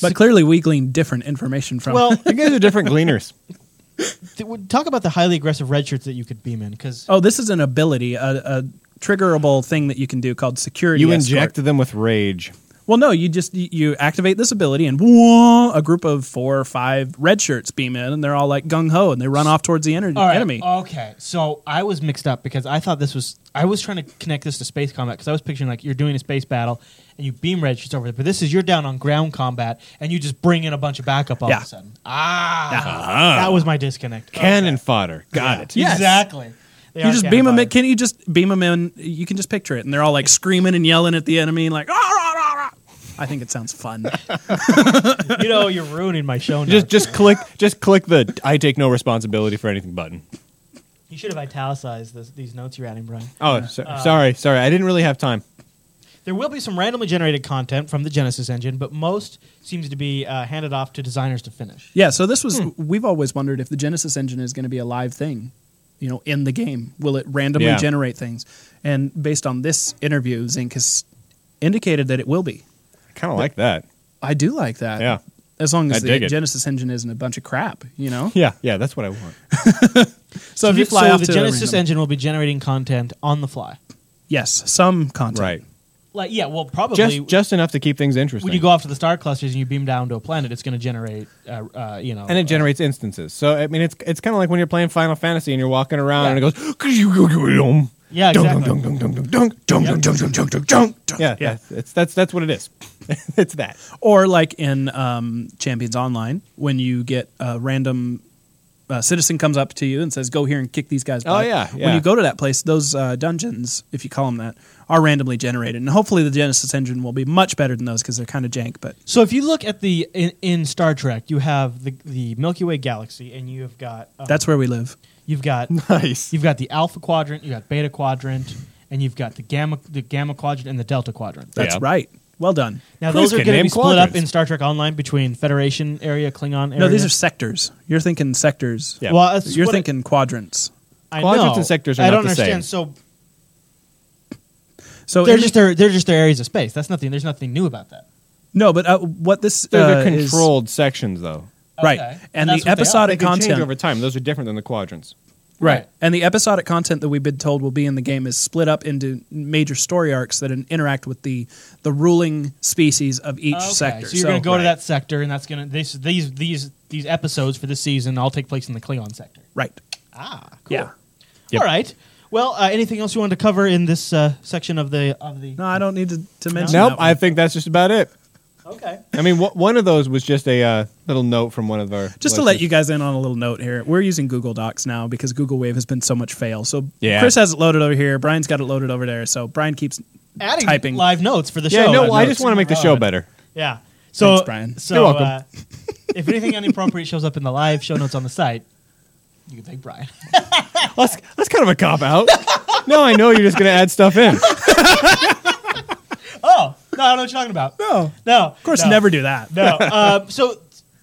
B: But clearly, we gleaned different information from.
C: well,
A: You guys are different gleaners.
C: th- w- talk about the highly aggressive red shirts that you could beam in because
B: oh, this is an ability, a, a triggerable thing that you can do called security.
A: You
B: escort.
A: inject them with rage.
B: Well, no, you just you- you activate this ability, and whoa, a group of four or five red shirts beam in, and they're all like gung ho, and they run off towards the ener-
C: Oh, All right,
B: enemy.
C: Okay, so I was mixed up because I thought this was I was trying to connect this to space combat because I was picturing like you're doing a space battle and you beam red shirts over there, but this is you're down on ground combat and you just bring in a bunch of backup all
B: Yeah. Uh-huh.
C: of a sudden. Ah, that was my disconnect.
A: Cannon fodder. Got it.
B: Yes.
C: Exactly. They
B: you
C: are
B: just
C: cannon
B: beam them in.
C: fodder.
B: Can you just beam them in? You can just picture it, and they're all like screaming and yelling at the enemy, and like. "Ah, rah, rah, rah." I think it sounds fun.
C: you know, you're ruining my show. Now.
A: Just just click just click the I take no responsibility for anything button.
C: you should have italicized this, these notes you're adding, Brian.
A: Oh, so- sorry, sorry. I didn't really have time.
C: There will be some randomly generated content from the Genesis engine, but most seems to be uh, handed off to designers to finish.
A: Hmm.
B: yeah, so this was we've always wondered if the Genesis engine is going to be a live thing. you know in the game? Will it randomly
A: Yeah.
B: generate things? And based on this interview, Zinc has indicated that it will be.
A: I kind of like that.
B: I do like that.
A: Yeah.
B: As long as
A: I
B: the
A: dig it.
B: Genesis engine isn't a bunch of crap, you know.
A: Yeah, yeah, that's what I want.
B: So if you fly
C: so
B: off
C: the
B: to a
C: Genesis
B: random-
C: engine will be generating content on the fly.
B: yes, some content,
A: right.
C: Like yeah, well probably
A: Just just enough to keep things interesting.
C: when you go off to the star clusters and you beam down to a planet, it's going to generate uh, uh, you know
A: and
C: uh,
A: it generates instances. So I mean, it's it's kind of like when you're playing Final Fantasy and you're walking around
C: Yeah.
A: and it goes. "Kazoo-goo-goo-dum."
C: Yeah,
A: Dunk,
C: exactly.
A: dunk, dunk, dunk, dunk, dunk, dunk, dunk, dunk, dunk, dunk, dunk, dunk, dunk. Yeah,
B: Yeah.
A: yeah. It's that's that's what it is. it's that.
B: or like in um, Champions Online when you get a random. uh citizen comes up to you and says, "Go here and kick these guys."
A: Oh,
B: butt."
A: yeah,
B: When
A: yeah.
B: you go to that place, those uh, dungeons, if you call them that, are randomly generated, and hopefully the Genesis engine will be much better than those because they're kind of jank. But
C: So if you look at the in, in Star Trek, you have the the Milky Way galaxy, and you have got um,
B: that's where we live.
C: you've got
A: Nice.
C: you've got the Alpha quadrant, you got Beta quadrant, and you've got the gamma the Gamma quadrant and the Delta quadrant.
B: That's
A: Yeah.
B: right. Well done.
C: Now
A: Cruz
C: those are
A: can
C: going to
A: name
C: be split up
A: quadrants.
C: in Star Trek Online between Federation area, Klingon area.
B: No, these are sectors. You're thinking sectors.
A: Yeah.
C: well, that's
B: You're
C: what
B: thinking quadrants.
C: I, I
A: quadrants
C: know.
A: and sectors are
C: I
A: not
C: don't
A: the
C: understand. So
B: So
C: they're
B: in-
C: just their they're just their areas of space. That's nothing. There's nothing new about that.
B: no, but uh, what this
A: They're,
B: uh,
A: they're
B: is-
A: controlled sections, though.
B: right?
C: Okay.
B: And
C: That's
B: the
C: what
A: They
C: they are.
B: episodic
A: can change
B: content
A: over time. Those are different than the quadrants.
B: Right.
C: Right.
B: And the episodic content that we've been told will be in the game is split up into major story arcs that in- interact with the the ruling species of each
C: Okay,
B: sector.
C: So you're going to go to that sector, and that's going to these these these these episodes for this season all take place in the Klingon sector.
B: Right.
C: Ah, cool.
B: Yeah.
A: Yep.
C: All right. Well, uh, anything else you wanted to cover in this uh, section of the of the?
B: No, I don't need to, to mention
A: Nope.
B: that one.
A: I think that's just about it.
C: Okay.
A: I mean, wh- one of those was just a uh, little note from one of our.
B: just to let you guys in on a little note here, we're using Google Docs now because Google Wave has been so much fail. So
A: Yeah.
B: Chris has it loaded over here. Brian's got it loaded over there. So Brian keeps
C: Adding
B: Typing.
C: live notes for the
A: Yeah,
C: show.
A: no,
C: Live
A: well, I
C: notes.
A: just want to make the show better.
C: Yeah. So,
B: Thanks, Brian.
C: So,
A: You're welcome.
C: Uh, if anything inappropriate shows up in the live show notes on the site, you can thank Brian.
A: That's, that's kind of a cop out. no, I know you're just going to add stuff in.
C: oh no, I don't know what you're talking about.
B: No.
C: Oh. No,
B: Of course never do that.
C: No. Uh, so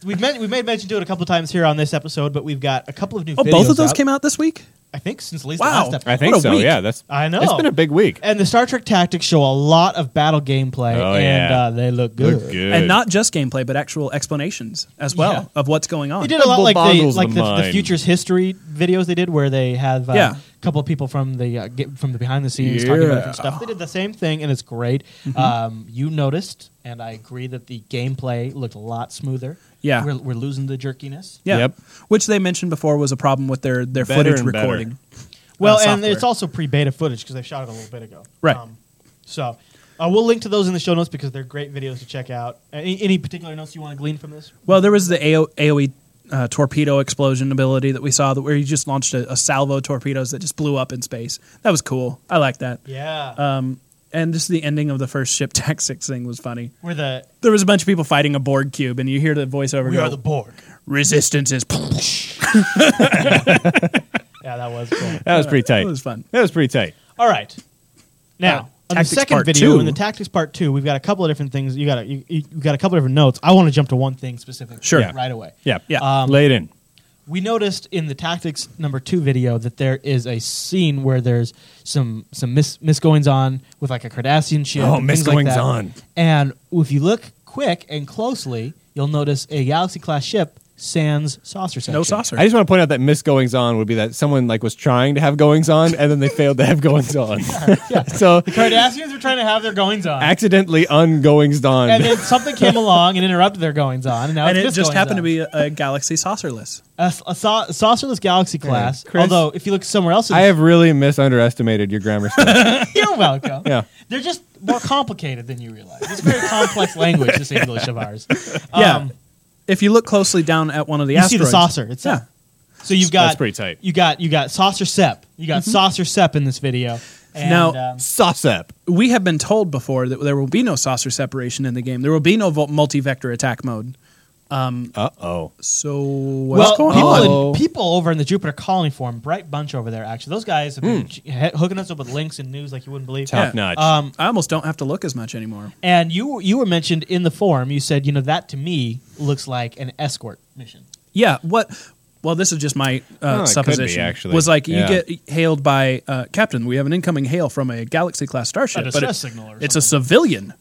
C: we've meant, we've made mention to it a couple times here on this episode, but we've got a couple of new.
B: Oh, both of those
C: came
B: came
C: out.
B: out this week?
C: I think since at least
B: Wow.
C: the last
A: I
C: episode.
A: think
B: What a
A: so.
B: week.
A: Yeah, that's.
C: I know.
A: It's been a big week.
C: And the Star Trek tactics show a lot of battle gameplay,
A: Oh,
C: and
A: yeah.
C: uh, they look good.
B: And not just gameplay, but actual explanations as well
C: Yeah.
B: of what's going on.
C: They did a lot like the
A: Boggles
C: like
A: the
C: the, the,
A: mind.
C: futures history videos they did, where they have uh,
B: Yeah.
C: a couple of people from the uh, get, from the behind the scenes talking about different
B: Yeah. Mm-hmm.
C: stuff. They did the same thing, and it's great. Um, you noticed, and I agree that the gameplay looked a lot smoother.
B: Yeah.
C: we're, we're losing the jerkiness.
B: Yeah.
A: Yep.
B: Which they mentioned before was a problem with their, their
A: Better
B: footage
A: and better.
B: recording.
C: Well,
B: uh,
C: and
B: software.
C: it's also pre-beta footage because they shot it a little bit ago. Um,
B: Right.
C: so uh, we'll link to those in the show notes because they're great videos to check out. Any, any particular notes you want to glean from this?
B: Well, there was the AO- AOE uh, torpedo explosion ability that we saw that where you just launched a, a salvo of torpedoes that just blew up in space. That was cool. I like that.
C: Yeah.
B: Um, and just the ending of the first ship tactics thing was funny.
C: We're the
B: There was a bunch of people fighting a Borg cube, and you hear the voiceover. go,
C: Borg.
B: resistance is.
C: Yeah, that was cool.
A: That was pretty tight.
B: It was fun.
A: That was pretty tight.
C: All right. Now, on the
B: Tactics
C: second
B: Part
C: video
B: Two.
C: in the tactics part two, we've got a couple of different things. You got a, you, you you got a couple of different notes. I want to jump to one thing specifically.
B: Sure.
A: Yeah.
C: Right away.
A: Yeah.
B: Yeah.
C: Um,
A: Lay it in.
C: we noticed in the tactics number two video that there is a scene where there's some some mis- misgoings on with like a Cardassian ship.
A: Oh,
C: and things like
A: misgoings
C: that.
A: on.
C: And if you look quick and closely, you'll notice a Galaxy class ship sans saucer section.
B: No saucer.
A: I just want to point out that miss goings on would be that someone like was trying to have goings on and then they failed to have goings on. so
C: Cardassians were trying to have their goings on.
A: accidentally ungoings on.
C: and then something came along and interrupted their goings on, and now
B: and
C: it's
B: it
C: misgoings
B: just happened to
C: on.
B: be a, a galaxy saucerless.
C: a, a sau- saucerless galaxy class.
A: Chris.
C: although if you look somewhere else, in
A: I
C: the-
A: have really misunderestimated your grammar skills.
C: You're welcome.
A: Yeah.
C: They're just more complicated than you realize. It's very complex language, this English of ours. Um,
B: yeah. If you look closely down at one of the
C: You see
B: asteroids,
C: the saucer. It's
B: yeah.
C: So you've got
A: That's pretty tight. Mm-hmm.
C: You got you got saucer sep. You got saucer sep in this video. And,
B: Now-
C: um,
A: Sossep.
B: we have been told before that there will be no saucer separation in the game. There will be no vo- multi-vector attack mode.
A: Uh oh.
B: So what's
C: well,
B: going
C: people,
B: on?
A: on?
C: In, people over in the Jupiter Colony Forum, bright bunch over there. Actually, those guys have
A: Hmm.
C: been ch- he- hooking us up with links and news like you wouldn't believe.
A: Top
B: Yeah.
A: notch.
C: Um,
B: I almost don't have to look as much anymore.
C: and you you were mentioned in the forum. You said you know that to me looks like an escort mission.
B: Yeah, what well, this is just my uh,
A: Oh, it could
B: supposition.
A: be, actually.
B: was like
A: Yeah.
B: you get hailed by uh, captain. We have an incoming hail from a galaxy class starship,
E: A
B: but it,
E: distress signal or
B: it's a civilian,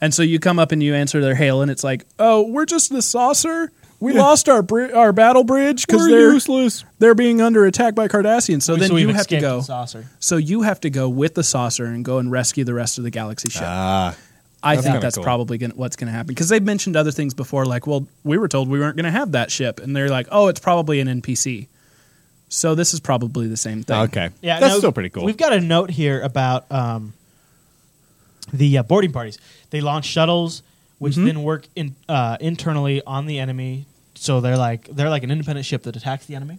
B: and so you come up and you answer their hail, and it's like, oh, we're just the saucer. We lost our bri- our battle bridge because
A: We're
B: they're
A: useless.
B: they're being under attack by Cardassians. So then
C: so
B: you
C: we've
B: have to
C: escaped
B: go.
C: the saucer.
B: So you have to go with the saucer and go and rescue the rest of the galaxy ship.
A: Ah,
B: I think
A: kinda
B: that's
A: cool.
B: probably gonna, what's going to happen because they've mentioned other things before, like, well, we were told we weren't going to have that ship, and they're like, oh, it's probably an NPC. So this is probably the same thing.
A: Ah, okay.
C: Yeah,
A: that's
C: no,
A: still pretty cool.
C: We've got a note here about um, the uh, boarding parties. They launch shuttles, which
B: Mm-hmm.
C: then work in, uh, internally on the enemy. So they're like they're like an independent ship that attacks the enemy.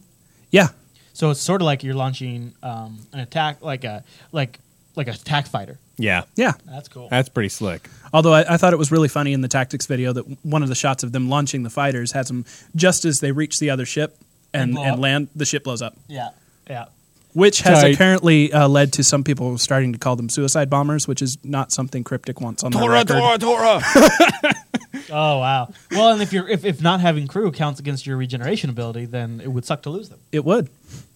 B: Yeah,
C: So it's sort of like you're launching um, an attack, like a like like a attack fighter.
A: yeah,
B: yeah.
C: That's cool.
A: that's pretty slick.
B: Although I, I thought it was really funny in the tactics video that one of the shots of them launching the fighters has them just as they reach the other ship
C: And
B: and,
C: blow
B: and
C: up.
B: land, the ship blows up,
C: yeah, yeah.
B: which has
A: Tight.
B: apparently uh, led to some people starting to call them suicide bombers, which is not something Cryptic wants on their record.
A: Tora.
C: Oh wow. Well, and if you're if, if not having crew counts against your regeneration ability, then it would suck to lose them.
B: It would.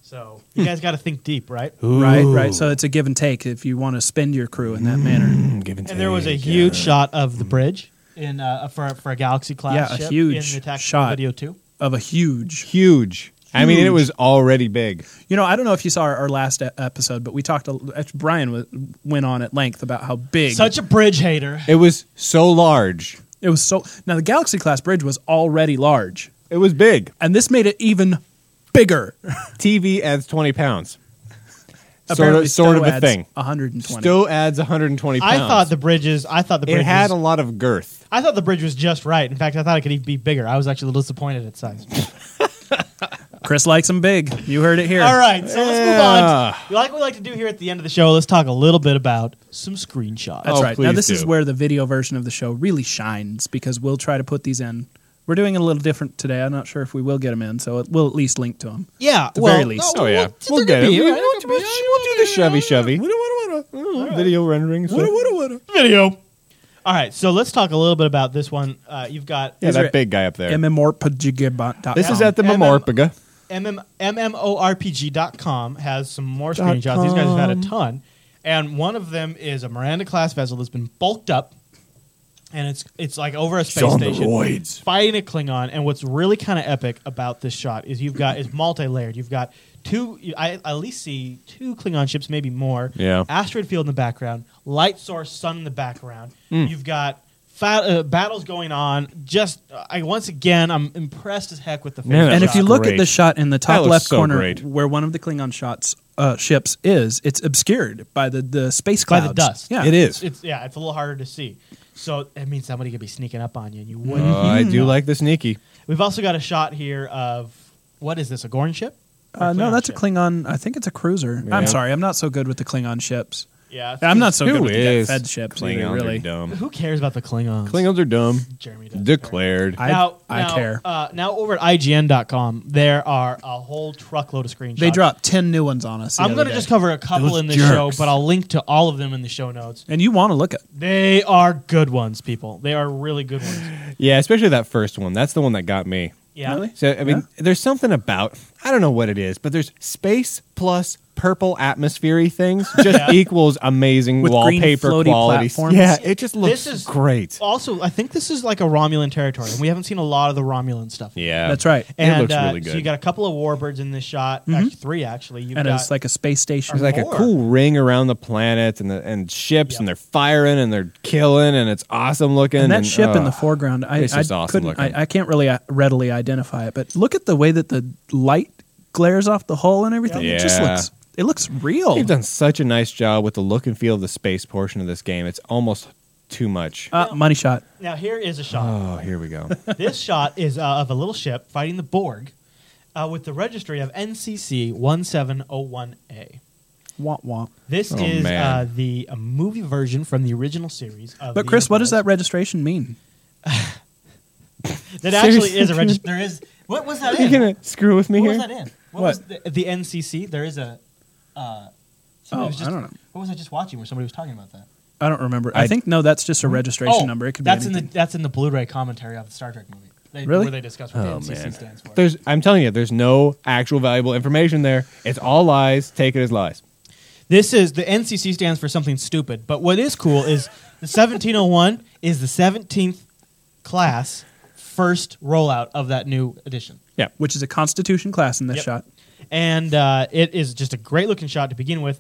C: So you guys got to think deep, right?
B: Right, right. So it's a give and take if you want to spend your crew in that manner.
A: Mm.
C: And there was a huge shot of
A: Mm-hmm.
C: the bridge in uh, for for a galaxy class.
B: Yeah, a
C: ship
B: huge
C: in the attack
B: shot.
C: video too.
B: Of a huge,
A: huge. I mean, it was already big.
B: you know, I don't know if you saw our, our last e- episode, but we talked. A, actually, Brian wa- went on at length about how big
C: Such a bridge hater.
A: It was so large.
B: it was. So now the Galaxy class bridge was already large,
A: It was big.
B: and this made it even bigger.
A: TV adds twenty pounds. Sort
B: Apparently
A: of, sort
B: Stow
A: of a
B: adds
A: thing.
B: 120.
A: Stowe adds 120 pounds.
C: I thought the bridges. I thought the bridge
A: it had a
C: Was,
A: lot of girth.
C: I thought the bridge was just right. In fact, I thought it could even be bigger. I was actually a little disappointed at size.
B: Chris likes them big. You heard it here.
C: All right, so let's move
A: Yeah.
C: on. Like we like to do here at the end of the show, let's talk a little bit about some screenshots.
B: That's
A: Oh,
B: right. Now
A: please
B: this is
A: do.
B: where the video version of the show really shines because we'll try to put these in. We're doing it a little different today. I'm not sure if we will get them in, so we'll at least link to them.
C: Yeah,
B: the
C: well,
B: very least.
A: Oh, yeah.
C: they're
A: We'll
C: gonna
A: get it.
C: be,
A: We- We'll
C: right? They're
A: we'll
C: gonna be-
A: do the Chevy Chevy. Video rendering. and stuff.
C: video. All right, so let's talk a little bit about this one. Uh, you've got
A: Yeah,
B: These are-
A: that big guy up there.
B: MMORPG.com.
A: This is at the
C: Um,
A: Memorpaga.
C: MM, MMORPG.com has some more screenshots. These guys have had a ton. And one of them is a Miranda class vessel that's been bulked up and it's it's like over a space station fighting a Klingon. And what's really kind of epic about this shot is you've got it's multi-layered. You've got two I I at least see two Klingon ships, maybe more.
A: Yeah.
C: Asteroid field in the background, light source sun in the background. You've got fa- uh, battles going on. Just I once again I'm impressed as heck with the
A: Man,
C: face
B: and
A: That
B: if you
A: looks
B: look at
A: great.
B: the shot in the
A: That
B: top
A: looks
B: left
A: so
B: corner
A: great.
B: where one of the Klingon shots uh, ships is, it's obscured by the, the space
C: By
B: clouds.
C: the dust.
B: Yeah.
A: It is.
C: it's, it's yeah, it's a little harder to see. So it means somebody could be sneaking up on you, and you wouldn't.
A: Uh, I do like the sneaky.
C: We've also got a shot here of what is this? A Gorn ship? Or
B: Uh, no,
C: Klingon
B: that's
C: ship?
B: a Klingon. I think it's a cruiser.
A: Yeah.
B: I'm sorry, I'm not so good with the Klingon ships.
C: Yeah, it's-
B: I'm not so good
A: Who
B: with the
A: is?
B: Get Fed ships either,
A: Klingons
B: really.
A: are dumb.
C: Who cares about the Klingons?
A: Klingons are dumb.
C: Jeremy does.
A: Declared.
B: I,
C: now,
B: I
C: now,
B: care.
C: Uh, now over at IGN.com, there are a whole truckload of screenshots.
B: They dropped 10 new ones on us. the
C: I'm going
B: other
C: to
B: day.
C: just cover a couple
B: Those
C: in the
B: jerks.
C: show, but I'll link to all of them in the show notes.
B: And you want to look at
C: They are good ones, people. They are really good ones.
A: Yeah, especially that first one. That's the one that got me.
C: Yeah.
B: Really?
A: So I mean, there's something about I don't know what it is, but there's space plus purple atmosphere things just
C: Yeah.
A: equals amazing
B: With green
A: wallpaper
B: floaty
A: quality.
B: platforms.
A: Yeah, it just looks
C: This is-
A: great.
C: Also, I think this is like a Romulan territory, and we haven't seen a lot of the Romulan stuff.
A: yeah,
B: That's right.
A: It
C: And,
A: looks
C: uh,
A: really good.
C: So you got a couple of warbirds in this shot, actually, three actually. You've
B: Mm-hmm. And
C: got,
B: it's like a space station.
A: there's like
C: more.
A: a cool ring around the planet, and the, and ships,
C: Yep.
A: and they're firing, and they're killing, and it's awesome looking.
B: and that ship in
A: uh,
B: the foreground, I,
A: it's just
B: I
A: awesome
B: couldn't,
A: looking.
B: I, I can't really uh, readily identify it. But look at the way that the light glares off the hull and everything. It just
A: Yeah.
B: looks, it looks real.
A: They've done such a nice job with the look and feel of the space portion of this game. It's almost too much.
B: Uh, money shot.
C: now here is a shot.
A: oh, here we go.
C: this shot is uh, of a little ship fighting the Borg uh, with the registry of NCC 1701A.
B: Womp womp.
C: This
A: Oh,
C: is uh,
A: man.
C: the uh, movie version from the original series. Of
B: But
C: the
B: Chris, what does that
C: Enterprise.
B: registration mean?
C: That actually
A: Seriously?
C: is a register. There is. What was that
A: you
C: in?
A: gonna screw with me
C: what
A: here?
C: was that in?
B: What?
C: What, was the, the NCC? There is a. Uh, somebody
B: Oh,
C: was just-
B: I don't know.
C: What was I just watching where somebody was talking about that?
A: Hmm?
B: I don't remember. I, think no, that's just a registration
C: oh,
B: number. It could be
C: that's in
B: anything.
C: the that's in the Blu-ray commentary of the Star Trek movie. They,
B: Really?
C: Where they discuss what the NCC stands for.
A: There's, I'm telling you, there's no actual valuable information there. It's all lies. Take it as lies.
C: This is the NCC stands for something stupid, but what is cool is the 1701 is the 17th class first rollout of that new edition.
A: Yeah.
B: which is a Constitution class in this
C: Yep.
B: shot.
C: And uh, it is just a great looking shot to begin with.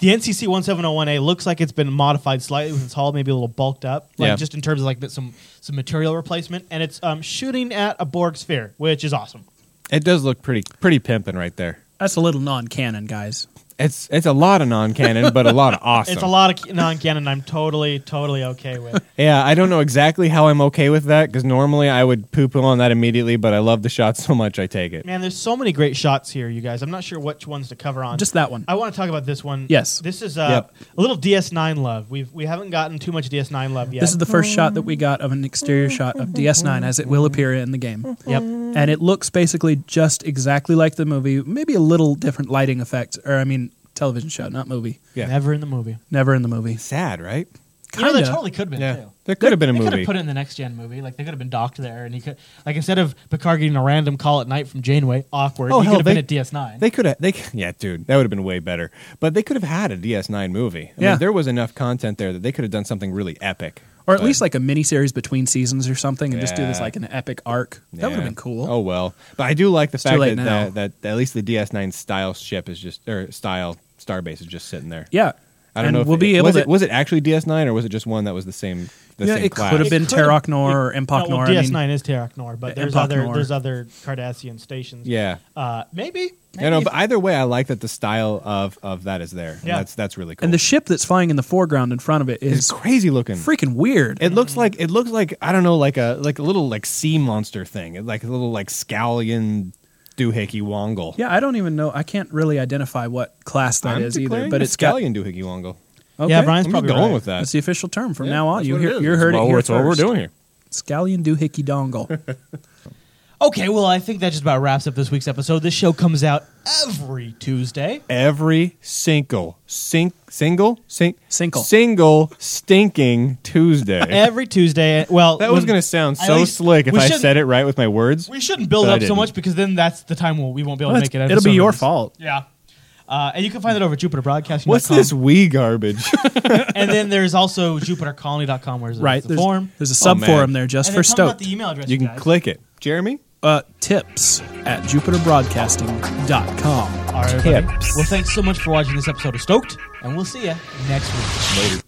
C: The NCC 1701A looks like it's been modified slightly with its hull, maybe a little bulked up, like
A: Yeah.
C: just in terms of like some some material replacement. And it's um, shooting at a Borg sphere, which is awesome.
A: It does look pretty pretty pimping right there.
B: That's a little non-canon, guys.
A: It's it's a lot of non canon, but a lot of awesome.
C: It's a lot of non canon. I'm totally, totally okay with.
A: Yeah, I don't know exactly how I'm okay with that because normally I would poo poo on that immediately, but I love the shot so much I take it.
C: Man, there's so many great shots here, you guys. I'm not sure which ones to cover on.
B: Just that one.
C: I want to talk about this one.
B: Yes.
C: This is uh,
A: Yep.
C: a little DS9 love. We've we haven't gotten too much DS9 love yet.
B: This is the first shot that we got of an exterior shot of DS9 as it will appear in the game.
C: yep.
B: And it looks basically just exactly like the movie, maybe a little different lighting effect, or I mean, television show, not movie.
A: Yeah.
C: Never in the movie.
B: Never in the movie.
A: Sad, right?
B: Kinda.
E: You know, that totally could have been
A: Yeah.
E: too.
A: There could have been a
E: They could
A: movie.
E: have put it in the next gen movie. Like they could have been docked there, and he could like instead of Picard getting a random call at night from Janeway, awkward.
A: Oh,
E: he
A: hell,
E: could have
A: they-
E: been at DS Nine.
A: They could have. They c- yeah, dude, that would have been way better. But they could have had a DS9 movie. I
B: Yeah.
A: mean, there was enough content there that they could have done something really epic,
B: Or at
A: But-
B: least like a mini series between seasons or something and just do this
A: Yeah.
B: like an epic arc. That would
A: Yeah.
B: have been cool.
A: Oh well, but I do like the
B: too
A: fact
B: late
A: that,
B: now.
A: that that at least the DS9 style ship is just or style starbase is just sitting there.
B: Yeah.
A: I don't
B: and
A: know. If
B: we'll
A: it,
B: be able
A: was
B: to.
A: It, was it actually DS9 or was it just one that was the same? The
B: yeah,
A: same
B: it
A: class?
B: could have been
C: It could've-
B: Terok Nor or Empok
C: no,
B: Nor.
C: well,
B: I mean,
C: DS9 is Terracnor, but there's
B: Empok
C: other
B: Nor.
C: there's other Cardassian stations.
A: Yeah.
C: Uh, maybe.
A: You know,
C: maybe.
A: but either way, I like that the style of of that is there.
C: Yeah.
A: Yeah. That's that's really cool.
B: and the ship that's flying in the foreground in front of it
A: it's
B: is
A: crazy looking.
B: freaking weird.
A: It looks like it looks like I don't know, like a like a little like sea monster thing, It- like a little like scallion doohickey wongle.
B: yeah, I don't even know. I can't really identify what class that
A: I'm
B: is either,
A: declaring
B: but
A: a
B: it's got.
A: scallion doohickey wongle.
B: Okay.
C: Yeah, Brian's
A: I'm just
C: probably
A: going
C: right.
A: with that.
B: That's the official term from
A: Yeah,
B: now on.
A: that's
B: You
A: what it
B: hear,
A: is.
B: you're
A: It's
B: heard
A: what
B: it
A: we're-
B: here
A: it's what we're
B: first.
A: doing here.
B: Scallion doohickey dongle.
C: Okay, well, I think that just about wraps up this week's episode. This show comes out every Tuesday.
A: Every single sink single sink
B: Single.
A: single stinking Tuesday.
C: Every Tuesday. Well,
A: that was
C: when-
A: going to sound
C: at
A: so
C: least-
A: slick if
C: we
A: I
C: shouldn't-
A: said it right with my words.
C: We shouldn't build
A: But I
C: up so
A: didn't.
C: much because then that's the time we'll, we won't be able
B: Well,
C: to make it.
B: it's- it'll be
C: episode
B: your
C: release.
B: fault.
C: Yeah. Uh, and you can find it over at jupiterbroadcasting.com.
A: What's this we garbage?
C: And then there's also jupitercolony.com where's the,
B: right.
C: the
B: There's,
C: form.
B: there's a
A: Oh,
B: sub
A: man.
B: forum there just
C: and
B: for
C: then tell me about
B: stoked.
C: the email address.
A: you can
C: guys.
A: click it, Jeremy.
B: uh, tips at jupiterbroadcasting.com.
C: All right, everybody.
A: tips.
C: Well, thanks so much for watching this episode of Stoked, and we'll see you next week.
A: Later.